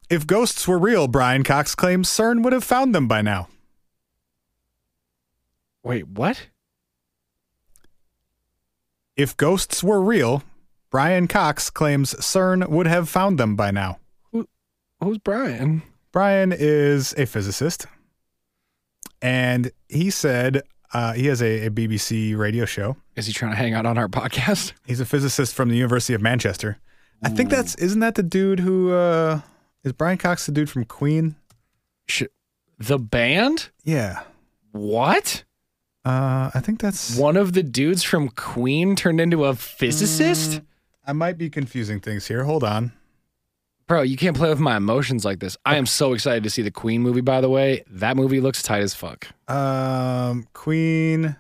B: if ghosts were real, Brian Cox claims CERN would have found them by now.
C: Wait, what?
B: If ghosts were real, Brian Cox claims CERN would have found them by now.
C: Who's Brian?
B: Brian is a physicist, and he said uh, he has a, a BBC radio show.
C: Is he trying to hang out on our podcast?
B: He's a physicist from the University of Manchester. I think that's isn't that the dude who uh, is Brian Cox the dude from Queen?
C: Sh- the band?
B: Yeah,
C: What?
B: uh, I think that's
C: One of the dudes from Queen turned into a physicist?
H: Mm.
B: I might be confusing things here. Hold on.
C: Bro, you can't play with my emotions like this. I am so excited to see the Queen movie, by the way. That movie looks tight as fuck.
B: Um, Queen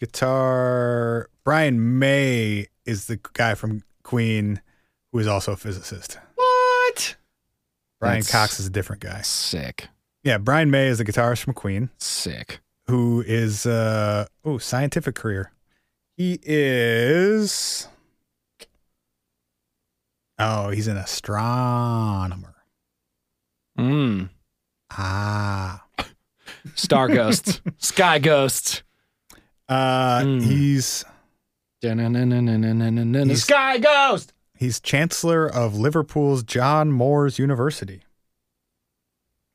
B: guitar. Brian May is the guy from Queen who is also a physicist.
C: What?
B: Brian
C: That's-
B: Cox is a different guy.
C: Sick.
B: Yeah, Brian May is the guitarist from Queen
C: Sick.
B: who is uh oh, scientific career. He is Oh, he's an astronomer.
C: Mm.
B: Ah.
C: Star ghosts. Sky ghosts.
B: Uh
C: Mm.
B: he's
C: Da-na-na-na-na-na-na-na. Sky ghost.
B: He's chancellor of Liverpool's John Moores University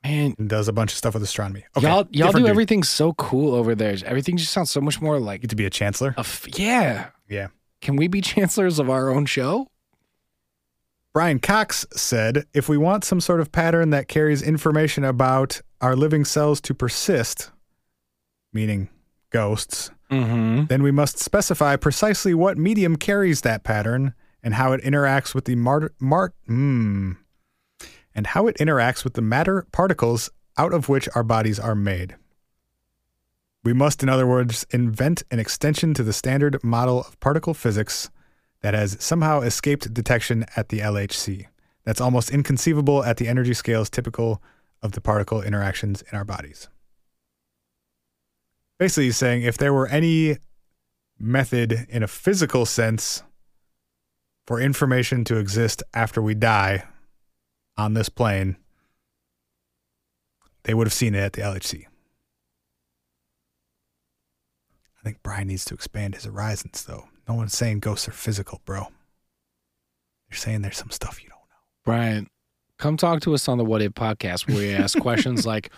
C: Man,
B: and does a bunch of stuff with astronomy.
C: y'all y'all
B: different
C: do
B: dude.
C: everything so cool over there. Everything just sounds so much more like
B: Get to be a chancellor.
C: A f- yeah.
B: Yeah.
C: Can we be chancellors of our own show?
B: Brian Cox said, "If we want some sort of pattern that carries information about our living cells to persist, meaning ghosts,
C: Mm-hmm.
B: then we must specify precisely what medium carries that pattern and how it interacts with the mart mart mm, and how it interacts with the matter particles out of which our bodies are made. We must, in other words, invent an extension to the standard model of particle physics that has somehow escaped detection at the LHC. That's almost inconceivable at the energy scales typical of the particle interactions in our bodies. Basically, he's saying if there were any method in a physical sense for information to exist after we die on this plane, they would have seen it at the LHC. I think Brian needs to expand his horizons, though. No one's saying ghosts are physical, bro. They're saying there's some stuff you don't know.
C: Brian, come talk to us on the What If podcast where we ask questions like,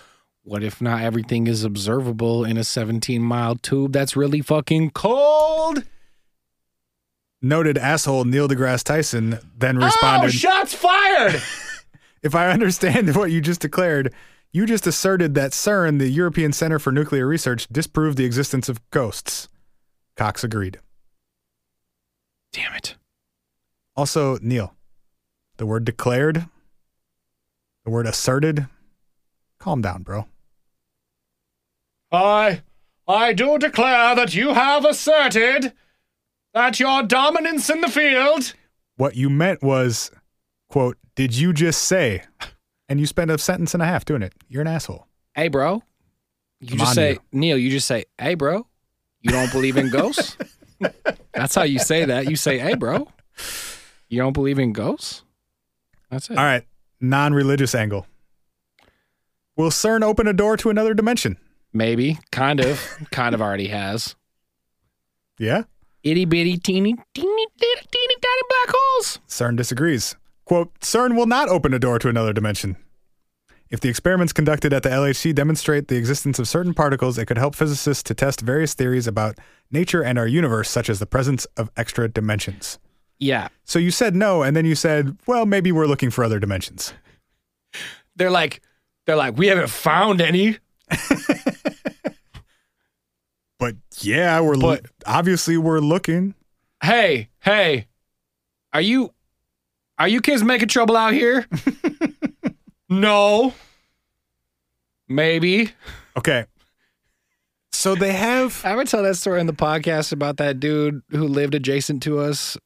C: what if not everything is observable in a 17 mile tube that's really fucking cold?
B: Noted asshole Neil deGrasse Tyson then responded.
C: Oh, shots fired!
B: If I understand what you just declared, you just asserted that CERN, the European Center for Nuclear Research, disproved the existence of ghosts. Cox agreed.
C: Damn it.
B: Also, Neil, the word declared, the word asserted, calm down, bro.
C: I, I do declare that you have asserted that your dominance in the field.
B: What you meant was, quote, did you just say? And you spend a sentence and a half doing it. You're an asshole.
C: Hey, bro. You
B: Come
C: just
B: on,
C: say, Neil, you just say, hey, bro, you don't believe in ghosts? That's how you say that. You say, hey, bro, you don't believe in ghosts? That's it.
B: All right, non religious angle. Will CERN open a door to another dimension?
C: Maybe, kind of, kind of already has.
B: Yeah?
C: Itty bitty teeny teeny teeny teeny tiny black holes.
B: CERN disagrees. Quote, CERN will not open a door to another dimension. If the experiments conducted at the LHC demonstrate the existence of certain particles, it could help physicists to test various theories about nature and our universe, such as the presence of extra dimensions.
C: Yeah,
B: So you said no, and then you said, well, maybe we're looking for other dimensions.
C: they're like, they're like, we haven't found any.
B: But yeah, we're lo-
C: But-
B: obviously we're looking.
C: Hey, hey, are you, are you kids making trouble out here? no. Maybe.
B: Okay. So they have
C: I would tell that story on the podcast about that dude who lived adjacent to us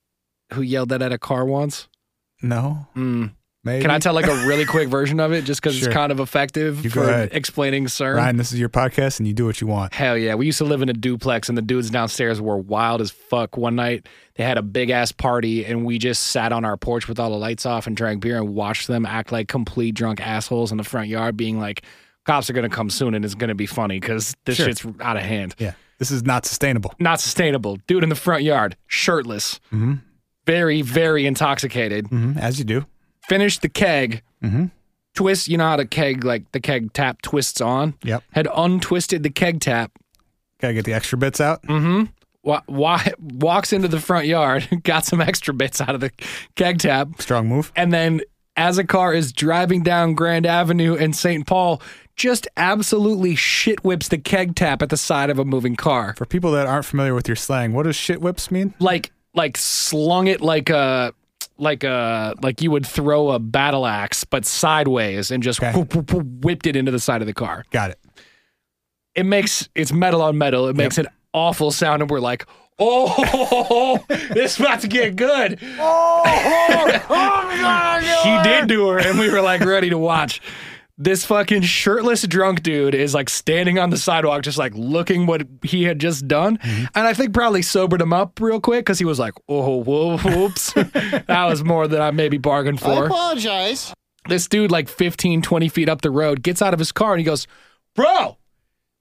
C: who yelled that at a car once.
B: no.
C: Hmm.
B: Maybe.
C: Can I tell like a really quick version of it just because
B: Sure.
C: it's kind of effective
B: You go
C: for
B: ahead.
C: explaining CERN?
B: Ryan? This is your podcast, and you do what you want.
C: Hell yeah. We used to live in a duplex and the dudes downstairs were wild as fuck. One night they had a big ass party and we just sat on our porch with all the lights off and drank beer and watched them act like complete drunk assholes in the front yard, being like, cops are going to come soon and it's going to be funny because this
B: Sure.
C: shit's out of hand.
B: Yeah. This is not sustainable.
C: Not sustainable. Dude in the front yard, shirtless,
B: Mhm.
C: very, very intoxicated.
B: Mm-hmm. As you do.
C: Finished the keg.
B: Mhm.
C: Twist, you know how the keg, like the keg tap twists on?
B: Yep.
C: Had untwisted the keg tap
B: Gotta get the extra bits out.
C: Mm-hmm. Wa- wa- walks into the front yard, got some extra bits out of the keg tap,
B: Strong move.
C: and then as a car is driving down Grand Avenue in St. Paul, just absolutely shit whips the keg tap at the side of a moving car.
B: For people that aren't familiar with your slang, what does shit whips mean?
C: Like like slung it like a like a like you would throw a battle axe but sideways and just
B: Okay.
C: whoop, whoop, whoop, whipped it into the side of the car.
B: Got it.
C: it makes it's metal on metal. It makes an awful sound, and we're like, oh, this is about to get good. he did do her, and we were like ready to watch. This fucking shirtless drunk dude is like standing on the sidewalk, just like looking what he had just done, and I think probably sobered him up real quick because he was like, "Oh, whoa, whoops, that was more than I maybe bargained for."
H: apologize.
C: this dude like 15 20 feet up the road gets out of his car and he goes bro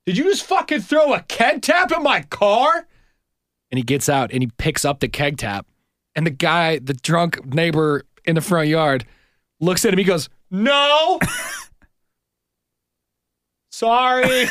C: did you just fucking throw a keg tap in my car and he gets out and he picks up the keg tap and the guy the drunk neighbor in the front yard looks at him he goes no sorry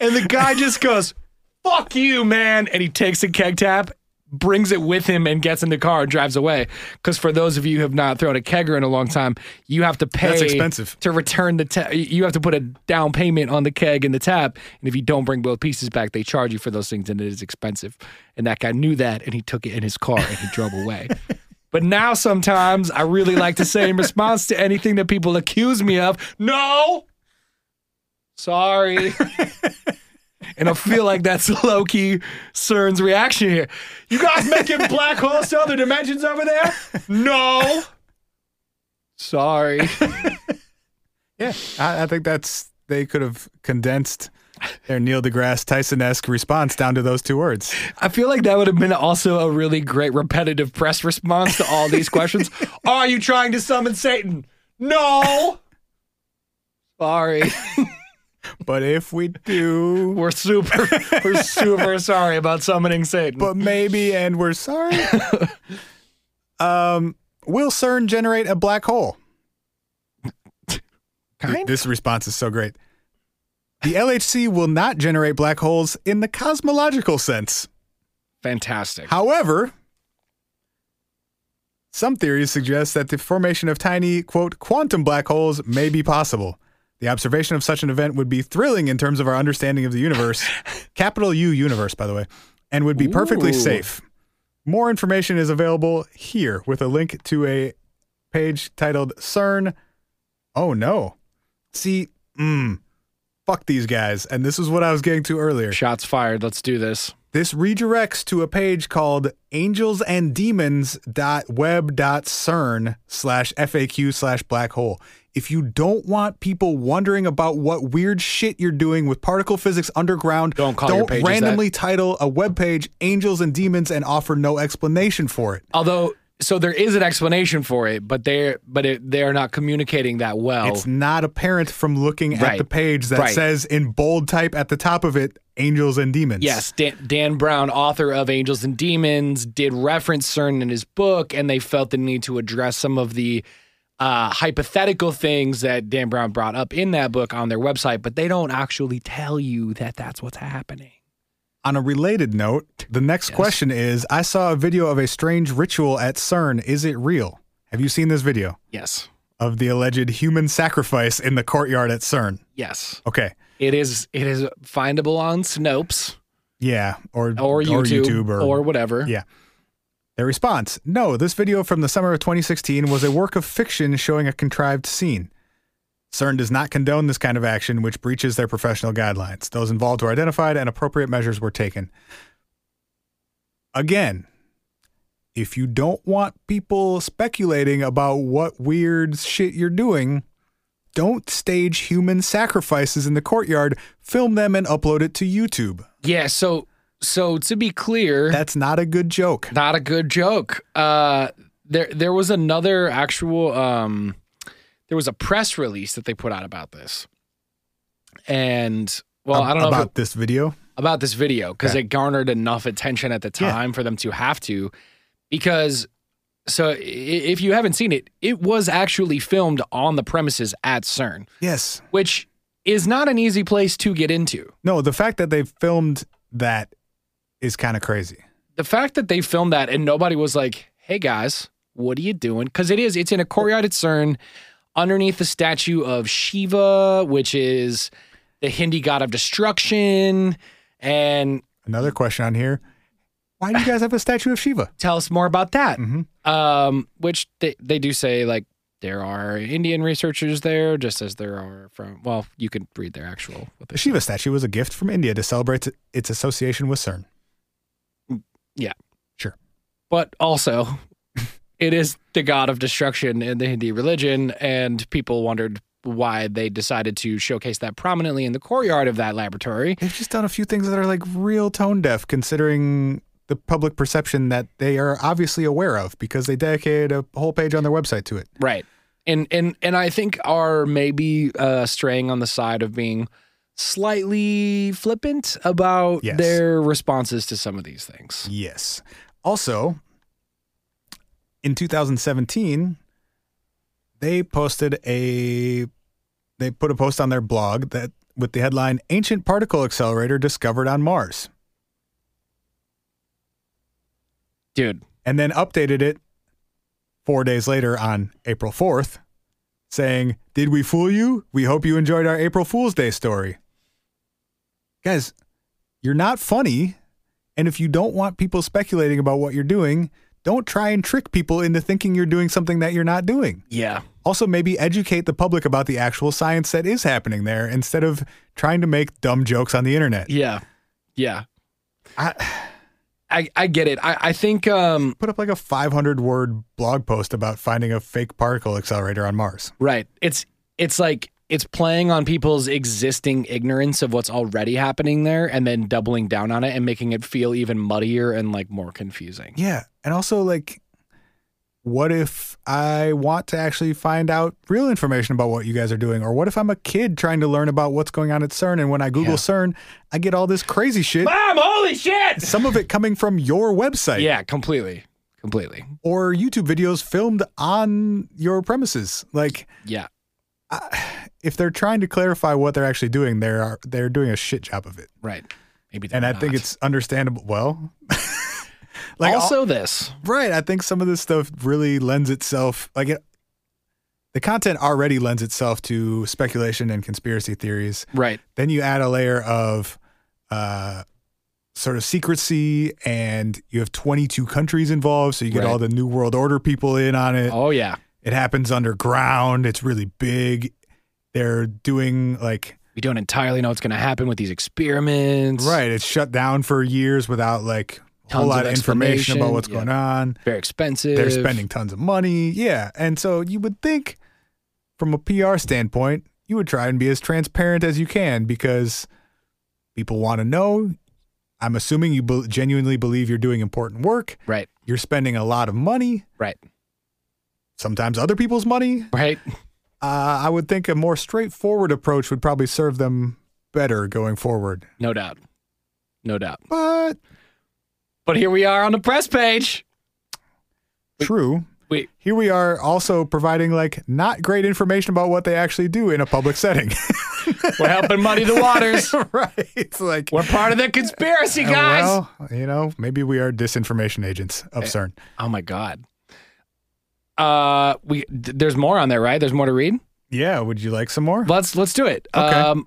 C: and the guy just goes fuck you man and he takes the keg tap brings it with him and gets in the car and drives away. Because for those of you who have not thrown a kegger in a long time, you have to pay
B: That's expensive.
C: to return the ta- you have to put a down payment on the keg and the tap. And if you don't bring both pieces back, they charge you for those things and it is expensive. And that guy knew that and he took it in his car and he drove away. But now sometimes I really like to say in response to anything that people accuse me of, no. Sorry. and I feel like that's low key CERN's reaction here. You guys making black holes to other dimensions over there? No. Sorry.
B: Yeah. I, I think that's they could have condensed their Neil deGrasse Tyson esque response down to those two words.
C: I feel like that would have been also a really great repetitive press response to all these questions. Are you trying to summon Satan? No. Sorry.
B: But if we do,
C: We're super, we're super sorry about summoning Satan.
B: but maybe, and we're sorry. um, will CERN generate a black hole?
C: Kind?
B: This response is so great. The LHC will not generate black holes in the cosmological sense.
C: fantastic.
B: However, some theories suggest that the formation of tiny, quote, quantum black holes may be possible. The observation of such an event would be thrilling in terms of our understanding of the universe, capital U universe, by the way, and would be perfectly
C: Ooh.
B: safe. More information is available here with a link to a page titled CERN. Oh no. See, mm, fuck these guys. And this is what I was getting to earlier.
C: Shots fired. Let's do this.
B: This redirects to a page called angelsandemons.web.cern slash FAQ slash black hole. If you don't want people wondering about what weird shit you're doing with particle physics underground,
C: Don't call your pages
B: randomly title a web page Angels and Demons and offer no explanation for it.
C: Although, so there is an explanation for it, but they're but it, they are not communicating that well.
B: It's not apparent from looking at
C: Right.
B: the page that
C: Right.
B: says in bold type at the top of it, Angels and Demons.
C: Yes, Dan, Dan Brown, author of Angels and Demons, did reference CERN in his book, and they felt the need to address some of the uh, hypothetical things that Dan Brown brought up in that book on their website, but they don't actually tell you that that's what's happening.
B: On a related note, the next question is I saw a video of a strange ritual at CERN. Is it real? Have you seen this video
C: Yes,
B: of the alleged human sacrifice in the courtyard at CERN?
C: yes,
B: Okay.
C: it is. It is findable on Snopes
B: Yeah. Or,
C: or YouTube or, whatever.
B: Yeah. Their response No, this video from the summer of 2016 was a work of fiction showing a contrived scene. CERN does not condone this kind of action, which breaches their professional guidelines. Those involved were identified and appropriate measures were taken. Again, if you don't want people speculating about what weird shit you're doing, don't stage human sacrifices in the courtyard, film them and upload it to YouTube.
C: yeah. So, so to be clear,
B: That's not a good joke.
C: Not a good joke. Uh, there there was another actual um, there was a press release that they put out about this, and well, I don't know if it-
B: about this video.
C: about this video because
B: Okay.
C: it garnered enough attention at the
B: Yeah.
C: time for them to have to. Because, so i- if you haven't seen it, it was actually filmed on the premises at CERN,
B: Yes.
C: which is not an easy place to get into.
B: No, the fact that they filmed that is kind of crazy.
C: the fact that they filmed that and nobody was like, "Hey guys, what are you doing?" Because it is. It's in a courtyard at CERN, underneath the statue of Shiva, which is the Hindi god of destruction. And
B: Another question on here. Why do you guys have a statue of Shiva?
C: tell us more about that.
B: Mhm.
C: Um, which they, they do say like there are Indian researchers there, just as there are from. Well, you can read their actual. What
B: The
C: they
B: Shiva statue was a gift from India to celebrate its association with CERN.
C: but also it is the god of destruction in the Hindi religion, and people wondered why they decided to showcase that prominently in the courtyard of that laboratory.
B: They've just done a few things that are like real tone deaf considering the public perception that they are obviously aware of because they dedicated a whole page on their website to it.
C: Right. And and and I think are maybe uh, straying on the side of being slightly flippant about
B: Yes.
C: their responses to some of these things.
B: Yes. Also, in 2017, they posted a they put a post on their blog that with the headline "Ancient Particle Accelerator Discovered on Mars,"
C: Dude,
B: and then updated it four days later on April 4th, saying, "Did we fool you? We hope you enjoyed our April Fool's Day story." Guys, you're not funny, and if you don't want people speculating about what you're doing, don't try and trick people into thinking you're doing something that you're not doing.
C: yeah.
B: Also, maybe educate the public about the actual science that is happening there instead of trying to make dumb jokes on the internet.
C: Yeah. Yeah.
B: I
C: I, I get it. I, I think um
B: put up like a 500 word blog post about finding a fake particle accelerator on Mars.
C: Right. It's it's like it's playing on people's existing ignorance of what's already happening there and then doubling down on it and making it feel even muddier and like more confusing.
B: Yeah. And also, like, what if I want to actually find out real information about what you guys are doing? Or what if I'm a kid trying to learn about what's going on at CERN? And when I Google
C: Yeah.
B: CERN, I get all this crazy shit,
C: Mom, holy shit!
B: some of it coming from your website
C: Yeah, completely. Completely.
B: or YouTube videos filmed on your premises. Like,
C: Yeah.
B: if they're trying to clarify what they're actually doing, they are they're doing a shit job of it.
C: Right. Maybe
B: And
C: they're
B: I think
C: not.
B: it's understandable. Well, like
C: also this.
B: Right. I think some of this stuff really lends itself like it the content already lends itself to speculation and conspiracy theories.
C: Right.
B: Then you add a layer of uh sort of secrecy and you have 22 countries involved so you get
C: Right.
B: all the new world order people in on it.
C: Oh yeah.
B: It happens underground. It's really big. They're doing like
C: We don't entirely know what's going to happen with these experiments.
B: right, it's shut down for years without like a
C: Tons
B: whole
C: of
B: lot of information about
C: explanation.
B: what's
C: Yeah.
B: going on.
C: Very expensive.
B: They're spending tons of money. Yeah. And so you would think from a PR standpoint, you would try and be as transparent as you can because people want to know. I'm assuming you bel genuinely believe you're doing important work.
C: Right.
B: You're spending a lot of money,
C: Right.
B: sometimes other people's money.
C: Right.
B: Uh, I would think a more straightforward approach would probably serve them better going forward.
C: No doubt. No doubt.
B: But
C: But here we are on the press page.
B: true.
C: Wait.
B: Here we are also providing like not great information about what they actually do in a public setting.
C: We're helping muddy the waters.
B: right. It's like,
C: We're part of the conspiracy,
B: uh,
C: guys.
B: well, you know, maybe we are disinformation agents of CERN.
C: oh my god. Uh, we th- there's more on there, right? There's more to read.
B: Yeah. Would you like some more?
C: Let's let's do it.
B: Okay.
C: Um,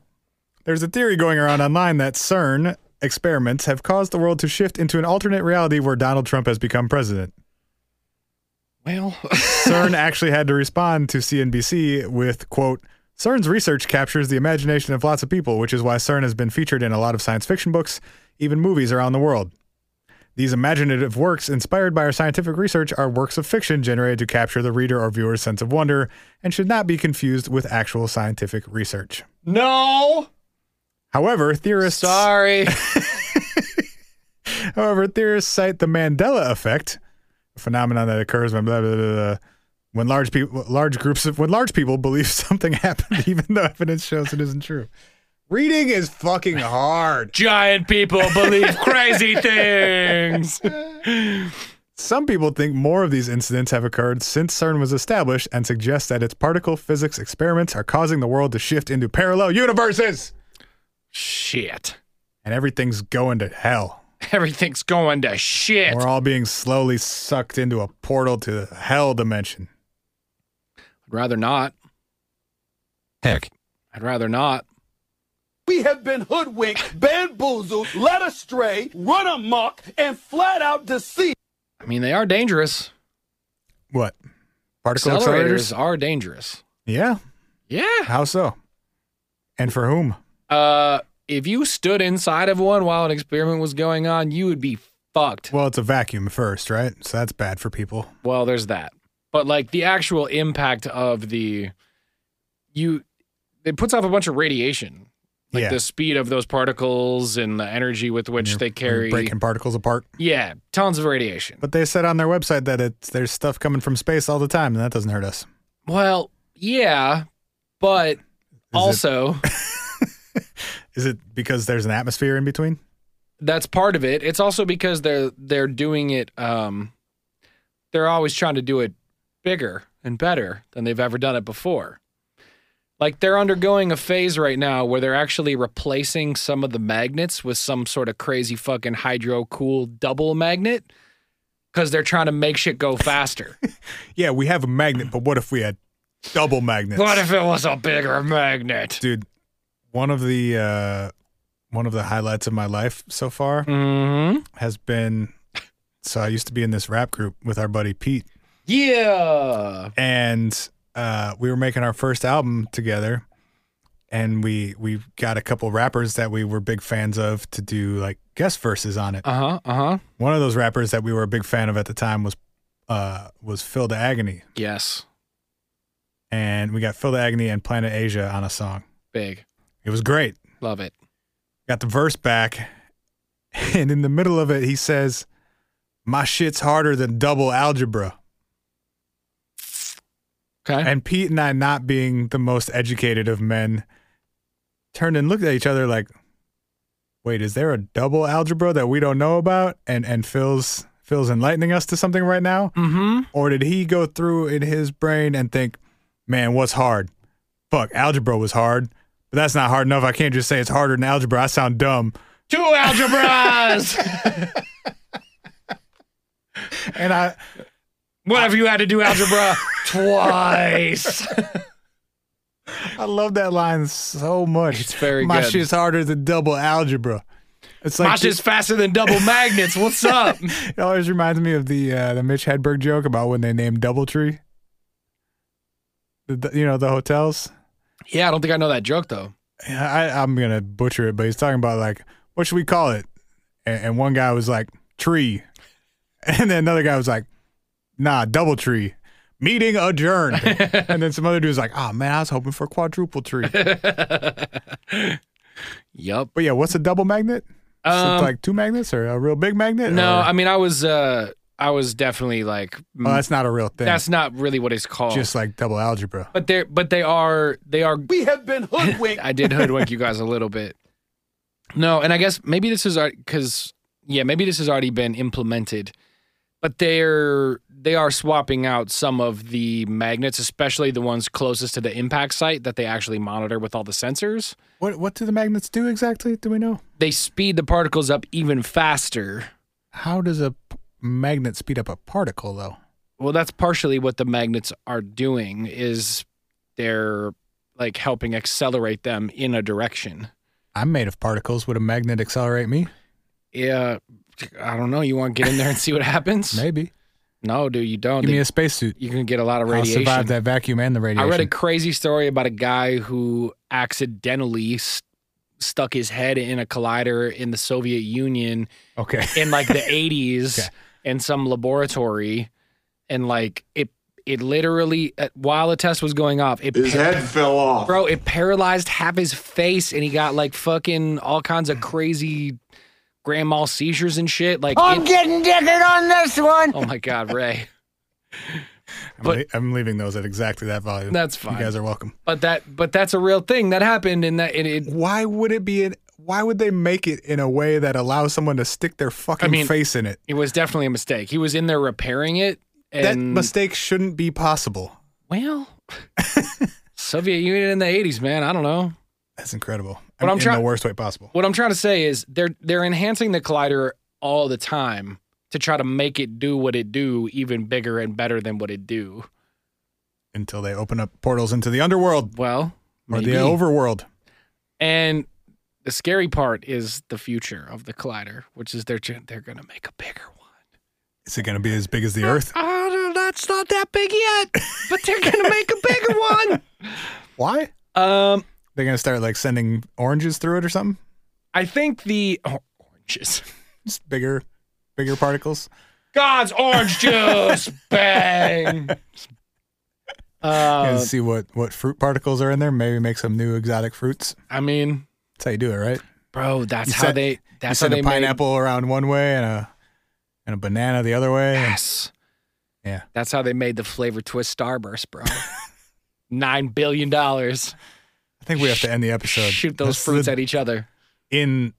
B: There's a theory going around online that CERN experiments have caused the world to shift into an alternate reality where Donald Trump has become president.
C: well,
B: CERN actually had to respond to CNBC with, quote, CERN's research captures the imagination of lots of people, which is why CERN has been featured in a lot of science fiction books, even movies around the world. These imaginative works inspired by our scientific research are works of fiction generated to capture the reader or viewer's sense of wonder and should not be confused with actual scientific research.
C: no.
B: However, theorists
C: Sorry.
B: However, theorists cite the Mandela effect, a phenomenon that occurs when blah, blah, blah, blah, when large people, large groups of when large people believe something happened, even though evidence shows it isn't true. Reading is fucking hard.
C: Giant people believe crazy things.
B: Some people think more of these incidents have occurred since CERN was established and suggest that its particle physics experiments are causing the world to shift into parallel universes
C: Shit.
B: and everything's going to hell.
C: Everything's going to shit.
B: We're all being slowly sucked into a portal to the hell dimension.
C: I'd rather not.
H: Heck,
C: I'd rather not.
I: We have been hoodwinked, bamboozled, led astray, run amok, and flat out deceived.
C: I mean, they are dangerous.
B: What? Particle accelerators?
C: Accelerators are dangerous.
B: Yeah.
C: Yeah.
B: How so? And for whom?
C: Uh, if you stood inside of one while an experiment was going on, you would be fucked.
B: Well, it's a vacuum first, right? So that's bad for people.
C: Well, there's that. But like the actual impact of the you it puts off a bunch of radiation. Like
B: Yeah.
C: the speed of those particles and the energy with which
B: You're-
C: they
B: you're
C: carry.
B: breaking particles apart.
C: Yeah, tons of radiation.
B: But they said on their website that it's there's stuff coming from space all the time, and that doesn't hurt us.
C: Well, yeah, but also
B: Is it because there's an atmosphere in between?
C: that's part of it. It's also because they're they're doing it. Um, they're always trying to do it bigger and better than they've ever done it before. Like they're undergoing a phase right now where they're actually replacing some of the magnets with some sort of crazy fucking hydro cool double magnet because they're trying to make shit go faster.
B: Yeah, we have a magnet, but what if we had double magnets?
C: what if it was a bigger magnet?
B: dude? One of the uh, one of the highlights of my life so far
C: Mm-hmm.
B: has been. So I used to be in this rap group with our buddy Pete,
C: Yeah.
B: and uh, we were making our first album together, and we we got a couple rappers that we were big fans of to do like guest verses on it.
C: Uh huh. Uh huh.
B: One of those rappers that we were a big fan of at the time was uh, was Phil the Agony,
C: Yes.
B: and we got Phil the Agony and Planet Asia on a song.
C: Big.
B: It was great.
C: Love it.
B: Got the verse back, and in the middle of it, he says, "My shit's harder than double algebra."
C: Okay.
B: And Pete and I, not being the most educated of men, turned and looked at each other like, "Wait, is there a double algebra that we don't know about?" And and Phil's Phil's enlightening us to something right now,
C: Mm-hmm.
B: or did he go through in his brain and think, "Man, what's hard? Fuck, algebra was hard, but that's not hard enough. I can't just say it's harder than algebra. I sound dumb."
C: Two algebras.
B: And I
C: what if you had to do algebra twice?
B: I love that line so much.
C: It's very
B: My
C: good.
B: shit's harder than double algebra. It's like
C: Mosh is faster than double magnets. What's up?
B: It always reminds me of the uh, the Mitch Hedberg joke about when they named DoubleTree. The, the- you know the hotels.
C: yeah, I don't think I know that joke though.
B: Yeah, I, I'm gonna butcher it, but he's talking about like what should we call it? And, and one guy was like tree, and then another guy was like, nah, DoubleTree. Meeting adjourned. and then some other dude was like, oh man, I was hoping for quadruple tree. but
C: Yup.
B: yeah, what's a double magnet? Is it
C: Um,
B: like two magnets or a real big magnet?
C: no,
B: or-
C: I mean I was uh I was definitely like
B: oh, that's not a real thing.
C: that's not really what it's called.
B: just like double algebra.
C: but they're but they are they are
I: We have been hoodwinked.
C: I did hoodwink you guys a little bit. No, and I guess maybe this is because yeah, maybe this has already been implemented, but they're they are swapping out some of the magnets, especially the ones closest to the impact site that they actually monitor with all the sensors.
B: What what do the magnets do exactly? Do we know?
C: They speed the particles up even faster.
B: How does a p- magnet speed up a particle though?
C: Well, that's partially what the magnets are doing is they're like helping accelerate them in a direction.
B: I'm made of particles. Would a magnet accelerate me?
C: Yeah, I don't know. You want to get in there and see what happens?
B: Maybe.
C: No, dude, you don't.
B: Give me
C: They-
B: a spacesuit.
C: you can get a lot of
B: I'll
C: radiation.
B: survive that vacuum and the
C: I
B: radiation.
C: read a crazy story about a guy who accidentally s stuck his head in a collider in the Soviet Union
B: okay.
C: in like the 80s
B: Okay.
C: in some laboratory and like it it literally uh, while the test was going off it
J: His head fell off.
C: bro it paralyzed half his face and he got like fucking all kinds of crazy grand mal seizures and shit like I'm getting dicked on this one. Oh my god, Ray.
B: I'm,
C: but-
B: le- I'm leaving those at exactly that volume.
C: That's
B: You
C: fine.
B: guys are welcome.
C: But that but that's a real thing that happened and that it, it
B: Why would it be? In, why would they make it in a way that allows someone to stick their fucking
C: I mean,
B: face in it?
C: It was definitely a mistake. He was in there repairing it, and
B: That mistake shouldn't be possible.
C: well, Soviet Union in the eighties, man. I don't know.
B: That's incredible.
C: But
B: In-
C: I'm try-
B: in the worst way possible.
C: What I'm trying to say is they're they're enhancing the collider all the time to try to make it do what it do, even bigger and better than what it do.
B: Until they open up portals into the underworld
C: Well,
B: or
C: maybe.
B: the overworld.
C: and the scary part is the future of the collider, which is they're ju- they're gonna make a bigger one.
B: Is it going to be as big as the Earth?
C: Oh, no, that's not that big yet, but they're gonna make a bigger one.
B: Why?
C: Um,
B: They're gonna start like sending oranges through it or something.
C: I think the oh, oranges.
B: Just bigger, bigger particles.
C: God's orange juice. Bang.
B: and
C: Uh,
B: see what what fruit particles are in there. Maybe make some new exotic fruits.
C: I mean,
B: That's how you do it, right?
C: bro, that's
B: You
C: how
B: said-
C: they.
B: you
C: That's how
B: send
C: they
B: a pineapple around one way and a and a banana the other way.
C: Made,
B: and-
C: yes.
B: Yeah.
C: That's how they made the flavor twist Starburst, bro. Nine billion dollars.
B: I think we have to end the episode.
C: Shoot those
B: That's
C: fruits
B: the-
C: at each other.
B: in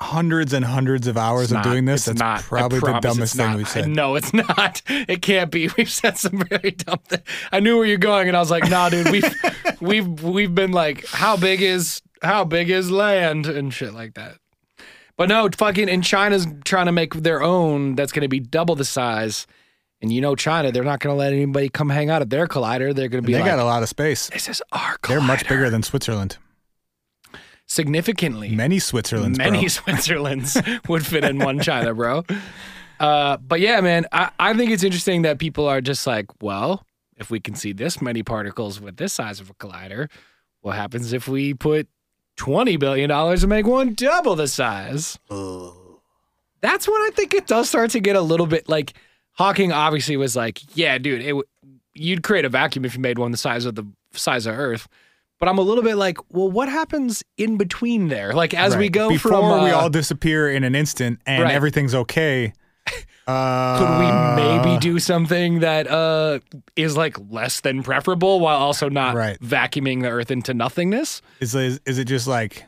B: hundreds and hundreds of hours
C: It's
B: of
C: not-
B: doing this.
C: it's
B: That's
C: not. I
B: probably the
C: promise
B: dumbest
C: it's
B: thing
C: not.
B: we've said.
C: No, it's not. It can't be. We've said some really dumb things. I knew where you're going, and I was like, nah, dude. We've we've we've been like, how big is how big is land and shit like that. But no, fucking, and China's trying to make their own. That's going to be double the size. And you know China, they're not going to let anybody come hang out at their collider. They're going to
B: And
C: be
B: they
C: like,
B: got a lot of space.
C: this is our collider.
B: They're much bigger than Switzerland.
C: significantly.
B: Many Switzerlands.
C: many
B: bro.
C: Switzerlands would fit in one China, bro. Uh, but yeah, man, I, I think it's interesting that people are just like, well, if we can see this many particles with this size of a collider, what happens if we put $20 billion and make one double the size? That's when I think it does start to get a little bit like Hawking obviously was like, yeah, dude, it, w- you'd create a vacuum if you made one the size of the size of Earth. But I'm a little bit like, well, what happens in between there? Like as we
B: Right.
C: go
B: before
C: from
B: we
C: uh,
B: all disappear in an instant and
C: Right.
B: everything's okay Uh,
C: Could we maybe do something that uh, is like less than preferable while also not
B: Right.
C: vacuuming the earth into nothingness?
B: Is, is is it just like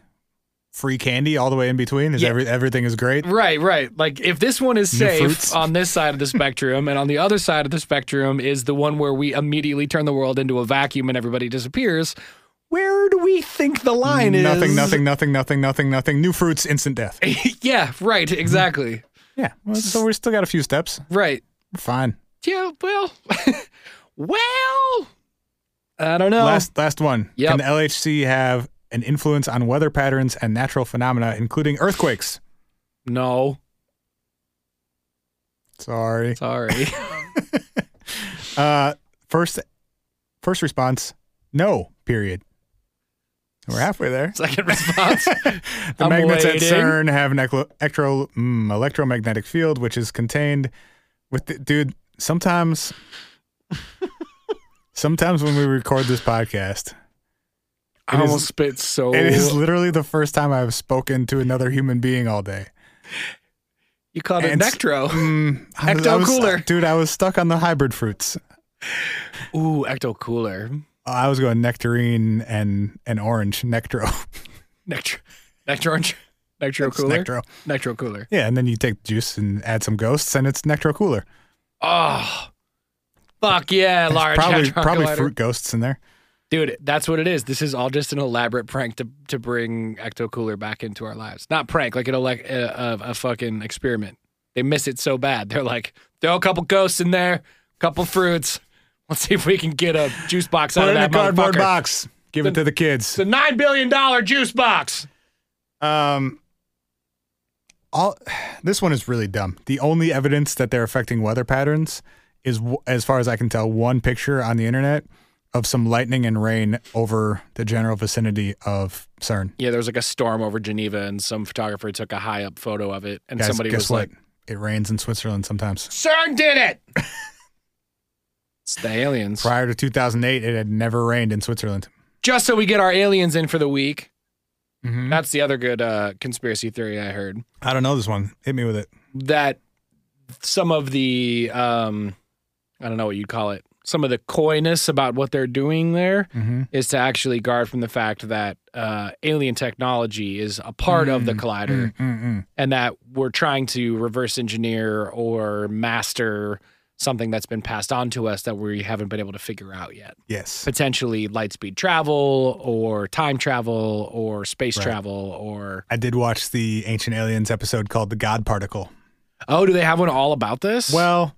B: free candy all the way in between? Is
C: Yeah.
B: every, everything is great?
C: Right, right. Like if this one is
B: New
C: safe
B: fruits.
C: on this side of the spectrum, and on the other side of the spectrum is the one where we immediately turn the world into a vacuum and everybody disappears, where do we think the line is?
B: nothing, nothing, nothing, nothing, nothing, nothing. New fruits, instant death.
C: yeah, right. Exactly.
B: Yeah. Well, so we still got a few steps.
C: Right.
B: We're fine.
C: Yeah. Well. well. I don't know.
B: Last last one.
C: Yep.
B: Can the LHC have an influence on weather patterns and natural phenomena, including earthquakes?
C: no.
B: Sorry.
C: Sorry.
B: Uh, first, first response. No. Period. We're halfway there.
C: Second response.
B: The
C: I'm
B: magnets
C: waiting.
B: at CERN have an eclo- electro, mm, electromagnetic field, which is contained with the, dude. Sometimes, sometimes when we record this podcast,
C: I
B: It is-
C: almost spit so.
B: it is literally the first time I've spoken to another human being all day.
C: you called it
B: and s-
C: Nectro.
B: Mm, I was- I
C: Ecto
B: was-
C: cooler.
B: dude. I was stuck on the hybrid fruits.
C: Ooh, Ecto Cooler.
B: I was going nectarine and and orange nectro.
C: Nectro. Nectro Orange. Nectro
B: It's
C: Cooler.
B: Nectro.
C: Nectro Cooler.
B: Yeah, and then you take juice and add some ghosts, and it's nectro cooler.
C: Oh, fuck yeah,
B: There's
C: large
B: probably
C: hadron
B: probably
C: collider.
B: fruit ghosts in there.
C: Dude, that's what it is. This is all just an elaborate prank to to bring Ecto Cooler back into our lives. Not prank, like an elec- a, a, a fucking experiment. They miss it so bad. They're like, throw a couple ghosts in there, couple fruits. Let's see if we can get a juice box out
B: Put
C: of
B: it in
C: that
B: a cardboard
C: motherfucker.
B: box. Give it to the kids.
C: It's a nine billion dollar juice box.
B: Um, all this one is really dumb. The only evidence that they're affecting weather patterns is, w- as far as I can tell, one picture on the internet of some lightning and rain over the general vicinity of CERN.
C: Yeah, there was like a storm over Geneva, and some photographer took a high up photo of it, and
B: Guys,
C: somebody
B: guess
C: was
B: what?
C: like,
B: it rains in Switzerland sometimes.
C: "CERN did it." it's the aliens.
B: Prior to 2008, it had never rained in Switzerland.
C: just so we get our aliens in for the week.
B: Mm-hmm.
C: That's the other good uh, conspiracy theory I heard
B: I don't know this one. Hit me with it.
C: that some of the um, I don't know what you'd call it. Some of the coyness about what they're doing there
B: Mm-hmm.
C: is to actually guard from the fact that uh, alien technology is a part of the
B: Mm,
C: collider
B: Mm-mm.
C: and that we're trying to reverse engineer or master something that's been passed on to us that we haven't been able to figure out yet.
B: Yes.
C: potentially light speed travel or time travel or space
B: Right.
C: travel or
B: I did watch the Ancient Aliens episode called The God Particle.
C: oh do they have one all about this
B: Well,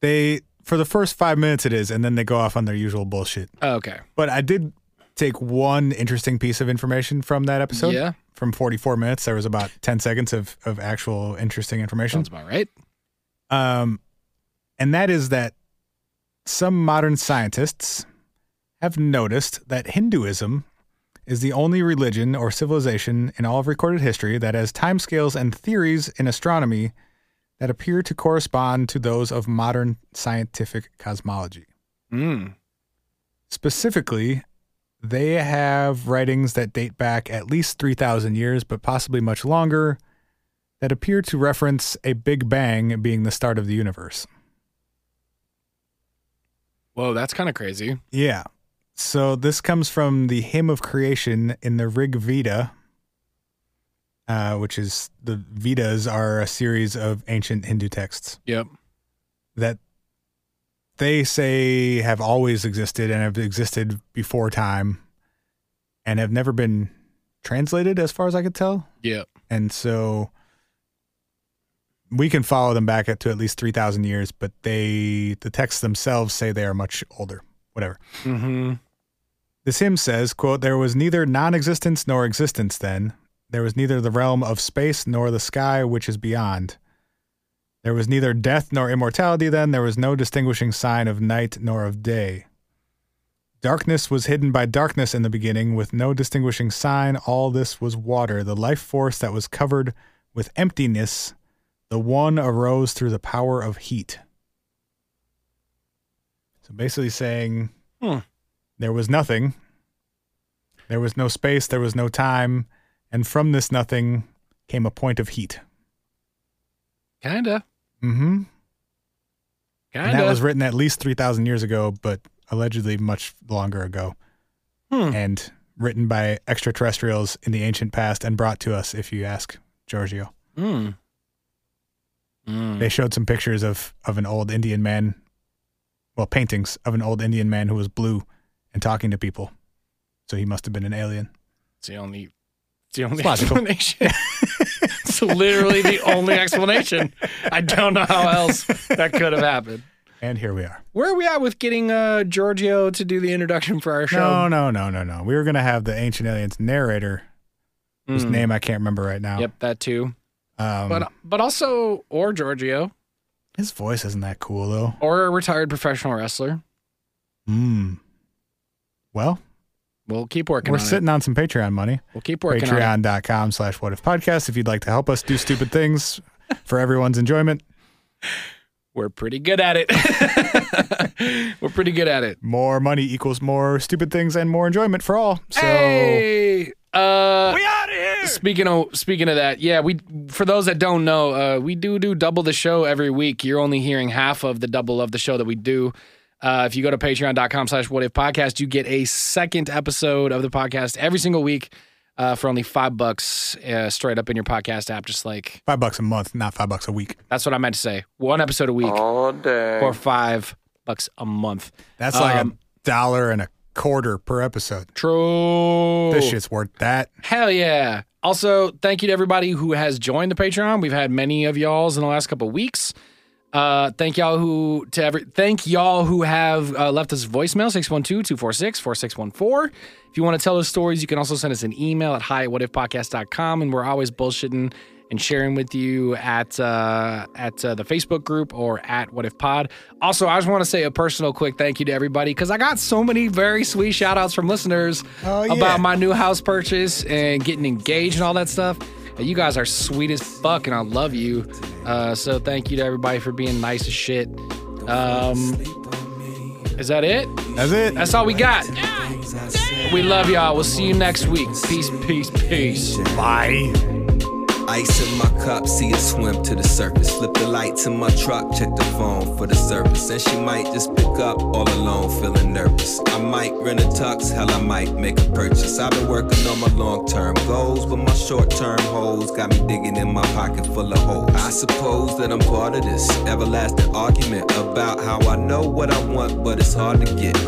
B: they for the first five minutes it is, and then they go off on their usual bullshit.
C: Oh, okay
B: But I did take one interesting piece of information from that episode.
C: yeah
B: From 44 minutes, there was about 10 seconds of, of actual interesting information.
C: sounds about right
B: Um, and that is that some modern scientists have noticed that Hinduism is the only religion or civilization in all of recorded history that has timescales and theories in astronomy that appear to correspond to those of modern scientific cosmology.
C: mm.
B: Specifically, they have writings that date back at least 3,000 years, but possibly much longer, that appear to reference a Big Bang being the start of the universe.
C: whoa that's kind of crazy
B: Yeah. So this comes from the Hymn of Creation in the Rig Veda, uh, which is the Vedas are a series of ancient Hindu texts
C: yep
B: that they say have always existed and have existed before time and have never been translated, as far as I could tell.
C: yep
B: And so we can follow them back up to at least 3,000 years, but they, the texts themselves say they are much older, whatever.
C: mm-hmm
B: This hymn says, quote, There was neither non existence nor existence then. There was neither the realm of space nor the sky which is beyond. There was neither death nor immortality then. There was no distinguishing sign of night nor of day. Darkness was hidden by darkness in the beginning, with no distinguishing sign. All this was water, the life force that was covered with emptiness. The one arose through the power of heat. So basically saying
C: Hmm.
B: there was nothing, there was no space, there was no time, and from this nothing came a point of heat.
C: Kinda.
B: Mm-hmm.
C: Kinda.
B: And that was written at least 3,000 years ago, but allegedly much longer ago.
C: Hmm.
B: And written by extraterrestrials in the ancient past and brought to us, if you ask Giorgio.
C: Hmm. Hmm.
B: They showed some pictures of, of an old Indian man, well, paintings of an old Indian man who was blue and talking to people. So he must have been an alien.
C: It's the only. It's the only
B: It's logical.
C: explanation. it's literally the only explanation. I don't know how else that could have happened.
B: And here we are.
C: Where are we at with getting uh, Giorgio to do the introduction for our
B: No,
C: show?
B: no, no, no, no. We were going to have the ancient aliens narrator, whose
C: Mm.
B: name I can't remember right now.
C: Yep, that too.
B: Um,
C: But uh, but also or Giorgio
B: his voice isn't that cool, though.
C: or a retired professional wrestler.
B: Mm. Well,
C: We'll keep working.
B: we're
C: on it.
B: sitting on some Patreon money.
C: We'll keep working on it.
B: Patreon.com slash what if podcast if you'd like to help us do stupid things for everyone's enjoyment.
C: We're pretty good at it. We're pretty good at it.
B: More money equals more stupid things and more enjoyment for all. So
C: hey, uh, we out of here. Speaking of speaking of that, yeah, we for those that don't know, uh, we do do double the show every week. You're only hearing half of the double of the show that we do. Uh, if you go to patreon.com slash what if podcast, you get a second episode of the podcast every single week uh, for only five bucks uh, straight up in your podcast app. Just like
B: five bucks a month, not five bucks a week.
C: that's what I meant to say. One episode a week
A: All day.
C: for five bucks a month.
B: That's like
C: Um,
B: a dollar and a quarter per episode.
C: True.
B: This shit's worth that.
C: Hell yeah. Also, thank you to everybody who has joined the Patreon. We've had many of y'all's in the last couple weeks. Uh, thank y'all who to every thank y'all who have uh, left us voicemail 612-246-4614. If you want to tell us stories, you can also send us an email at hi at whatifpodcast.com and we're always bullshitting and sharing with you at uh, at uh, the Facebook group or at What If Pod. Also, I just want to say a personal quick thank you to everybody because I got so many very sweet shout outs from listeners
B: Oh, yeah.
C: about my new house purchase and getting engaged and all that stuff. Uh, You guys are sweet as fuck, and I love you. Uh, so thank you to everybody for being nice as shit. Um, is that it?
B: That's it.
C: That's all we got. We love y'all. We'll see you next week. Peace, peace, peace.
B: Bye.
A: Ice in my cup, see it swim to the surface. Flip the lights in my truck, check the phone for the service. And she might just pick up all alone, feeling nervous. I might rent a tux, hell, I might make a purchase. I've been working on my long term goals, but my short term holes got me digging in my pocket full of holes. I suppose that I'm part of this everlasting argument about how I know what I want, but it's hard to get.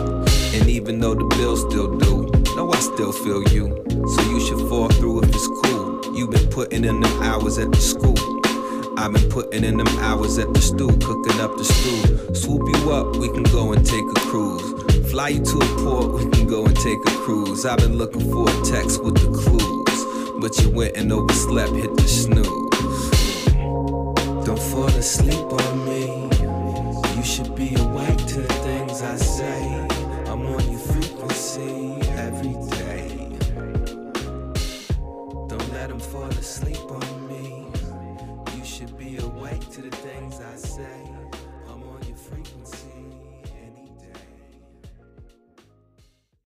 A: And even though the bills still do, no, I still feel you. So you should fall through if it's cool. You've been putting in them hours at the school. I've been putting in them hours at the stew, cooking up the stew. Swoop you up, we can go and take a cruise. Fly you to a port, we can go and take a cruise. I've been looking for a text with the clues, but you went and overslept, hit the snooze. Don't fall asleep on me. You should be awake to the things I say.